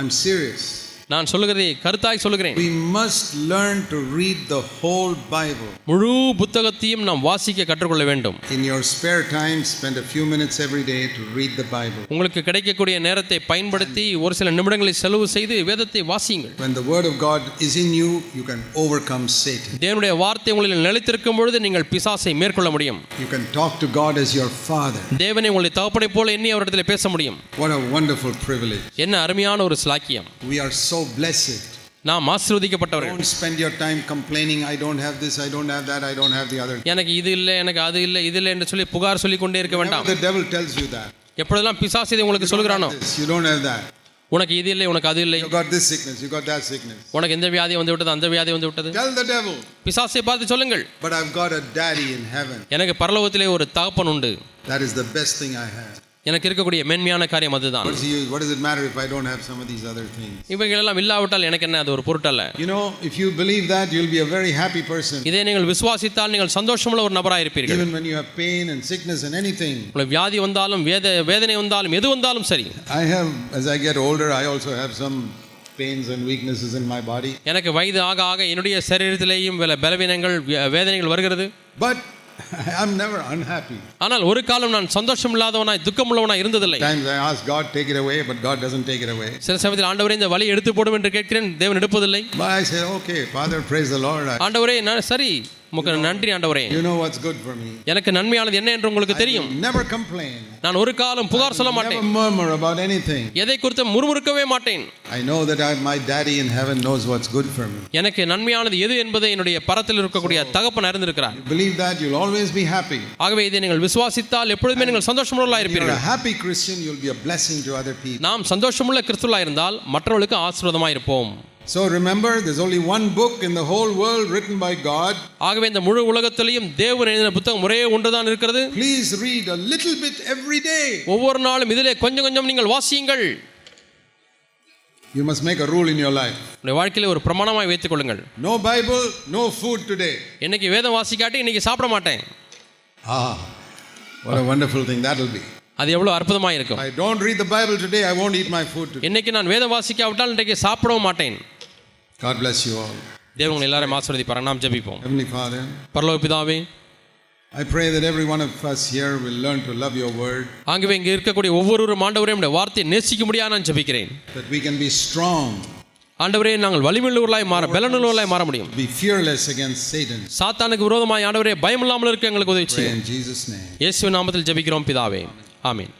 [SPEAKER 1] I'm serious.
[SPEAKER 2] நான் சொல்லுகிறதை கருத்தாய் சொல்லுகிறேன்
[SPEAKER 1] We must learn to read the whole Bible.
[SPEAKER 2] முழு புத்தகத்தையும் நாம் வாசிக்க கற்றுக்கொள்ள வேண்டும்
[SPEAKER 1] In your spare time, spend a few minutes every day to read the Bible.
[SPEAKER 2] உங்களுக்கு கிடைக்கக்கூடிய நேரத்தை பயன்படுத்தி ஒரு சில நிமிடங்களை செலவு செய்து வேதத்தை வாசியுங்கள்
[SPEAKER 1] When the Word of God is in you, you can overcome Satan.
[SPEAKER 2] தேவனுடைய வார்த்தை உங்களில் நிலைத்திருக்கும் பொழுது நீங்கள் பிசாசை மேற்கொள்ள முடியும்
[SPEAKER 1] You can talk to God as your Father.
[SPEAKER 2] தேவனை உங்களை தகப்படை போல எண்ணி அவரிடத்துல பேச முடியும்
[SPEAKER 1] What a wonderful privilege.
[SPEAKER 2] என்ன அருமையான ஒரு ஸ்லாக்கியம்
[SPEAKER 1] We are so blessed.
[SPEAKER 2] நாம் ஆசீர்வதிக்கப்பட்டவர்கள்
[SPEAKER 1] Don't spend your time complaining, I don't have this, I don't have that, I don't have the other.
[SPEAKER 2] எனக்கு இது இல்லை எனக்கு அது இல்லை இது இல்லை என்று சொல்லி புகார் சொல்லி கொண்டே இருக்க வேண்டாம்
[SPEAKER 1] Whenever the devil tells you that,
[SPEAKER 2] எப்பொழுதெல்லாம் பிசாசு இதை உங்களுக்கு
[SPEAKER 1] you don't
[SPEAKER 2] சொல்கிறானோ
[SPEAKER 1] have this, you don't have that.
[SPEAKER 2] உனக்கு இது இல்லை உனக்கு அது இல்லை
[SPEAKER 1] You got this sickness, you got that sickness.
[SPEAKER 2] உனக்கு எந்த வியாதி வந்து விட்டது அந்த வியாதி வந்து விட்டது
[SPEAKER 1] Tell the devil,
[SPEAKER 2] பிசாசை பார்த்து சொல்லுங்கள்
[SPEAKER 1] but I've got a daddy in heaven.
[SPEAKER 2] எனக்கு பரலோகத்திலே ஒரு தகப்பன் உண்டு
[SPEAKER 1] That is the best thing I have.
[SPEAKER 2] எனக்கு இருக்கக்கூடிய மேன்மையான காரியம் அதுதான்
[SPEAKER 1] What does, he, what does it matter if I don't have some of these other things?
[SPEAKER 2] இவைகள் எல்லாம் இல்லாவிட்டால் எனக்கு என்ன அது ஒரு பொருட்டல்ல
[SPEAKER 1] You know, if you believe that, you'll be a very happy person.
[SPEAKER 2] இதை நீங்கள் விசுவாசித்தால் நீங்கள் சந்தோஷமுள்ள ஒரு நபராக இருப்பீர்கள்
[SPEAKER 1] Even when you have pain and sickness and anything.
[SPEAKER 2] உங்களுக்கு வியாதி வந்தாலும் வேத வேதனை வந்தாலும் எது வந்தாலும் சரி
[SPEAKER 1] I have, as I get older, I also have some pains and weaknesses in my body.
[SPEAKER 2] எனக்கு வயது ஆக ஆக என்னுடைய சரீரத்திலேயும் பல பலவீனங்கள் வே- வேதனைகள் வருகிறது
[SPEAKER 1] But I'm never unhappy.
[SPEAKER 2] ஆனால் ஒரு காலம் நான் சந்தோஷம் இல்லாதவனாய் துக்கம் உள்ளவனாய் இருந்ததில்லை
[SPEAKER 1] Times I ask God, take it away, but God doesn't take it away.
[SPEAKER 2] சில சமயத்தில் ஆண்டவரே இந்த வழி எடுத்து போடும் என்று கேட்கிறேன் தேவன் எடுப்பதில்லை
[SPEAKER 1] But I say, okay, Father, praise the Lord. I,
[SPEAKER 2] ஆண்டவரே நான் சரி உமக்கு நன்றி ஆண்டவரே
[SPEAKER 1] you know what's good for me.
[SPEAKER 2] எனக்கு நன்மையானது என்ன என்று உங்களுக்கு தெரியும்
[SPEAKER 1] Never complain.
[SPEAKER 2] நான் ஒரு காலம் புகார் சொல்ல
[SPEAKER 1] Never
[SPEAKER 2] மாட்டேன்
[SPEAKER 1] murmur about anything.
[SPEAKER 2] எதை குறித்து முறுமுறுக்கவே மாட்டேன்
[SPEAKER 1] I know that I, my daddy in heaven knows what's good for me.
[SPEAKER 2] எனக்கு நன்மையானது எது என்பதை என்னுடைய பரத்தில் இருக்கக்கூடிய தகப்பன் அறிந்திருக்கிறார்
[SPEAKER 1] Believe that, you'll always be happy.
[SPEAKER 2] ஆகவே இதை நீங்கள் விசுவாசித்தால் எப்பொழுதுமே நீங்கள் சந்தோஷமுள்ளா
[SPEAKER 1] If you're a
[SPEAKER 2] இருப்பீர்கள்
[SPEAKER 1] happy Christian, you'll be a blessing to other people.
[SPEAKER 2] நாம் சந்தோஷமுள்ள கிறிஸ்துவா இருந்தால் மற்றவர்களுக்கு ஆசீர்வாதமாக இருப்போம்
[SPEAKER 1] So remember, there's only one book in the whole world written by God.
[SPEAKER 2] ஆகவே இந்த முழு உலகத்திலையும் தேவன் எழுதின புத்தகம் ஒரே ஒன்றுதான் இருக்கிறது
[SPEAKER 1] Please read a little bit every day.
[SPEAKER 2] ஒவ்வொரு நாளும் இதிலே கொஞ்சம் கொஞ்சம் நீங்கள் வாசியுங்கள்
[SPEAKER 1] You must make a rule in your life.
[SPEAKER 2] உங்களுடைய வாழ்க்கையில ஒரு பிரமாணமாய் வைத்துக் கொள்ளுங்கள்
[SPEAKER 1] No Bible, no food today.
[SPEAKER 2] இன்னைக்கு வேதம் வாசிக்காட்டி இன்னைக்கு சாப்பிட மாட்டேன்
[SPEAKER 1] Ah, what a wonderful thing that'll be.
[SPEAKER 2] அது எவ்வளவு அற்புதமாக
[SPEAKER 1] If
[SPEAKER 2] இருக்கும்
[SPEAKER 1] I don't read the Bible today, I won't eat my food today.
[SPEAKER 2] இன்னைக்கு நான் வேதம் வாசிக்காவிட்டால் இன்றைக்கு சாப்பிடவும் மாட்டேன்
[SPEAKER 1] God bless you all.
[SPEAKER 2] தேவன் உங்களை எல்லாரையும் ஆசீர்வதிப்பார் நாம் ஜெபிப்போம்
[SPEAKER 1] Heavenly Father,
[SPEAKER 2] பரலோக பிதாவே
[SPEAKER 1] I pray that every one of us here will learn to love your word,
[SPEAKER 2] ஆகவே இங்கே இருக்கக்கூடிய ஒவ்வொரு ஆண்டவரையும் உடைய வார்த்தையை நேசிக்க முடியாது நான் ஜெபிக்கிறேன்
[SPEAKER 1] that we can be strong,
[SPEAKER 2] ஆண்டவரே நாங்கள் வலிமையுள்ளவர்களாய் மாற பலனுள்ளவர்களாய் மாற முடியும்
[SPEAKER 1] be fearless against Satan.
[SPEAKER 2] சாத்தானுக்கு விரோதமாய் ஆண்டவரே பயம் இல்லாமல் இருக்க எங்களுக்கு உதவி
[SPEAKER 1] Pray
[SPEAKER 2] செய்யும்
[SPEAKER 1] in Jesus' name.
[SPEAKER 2] இயேசு நாமத்தில் ஜெபிக்கிறோம் பிதாவே ஆமீன்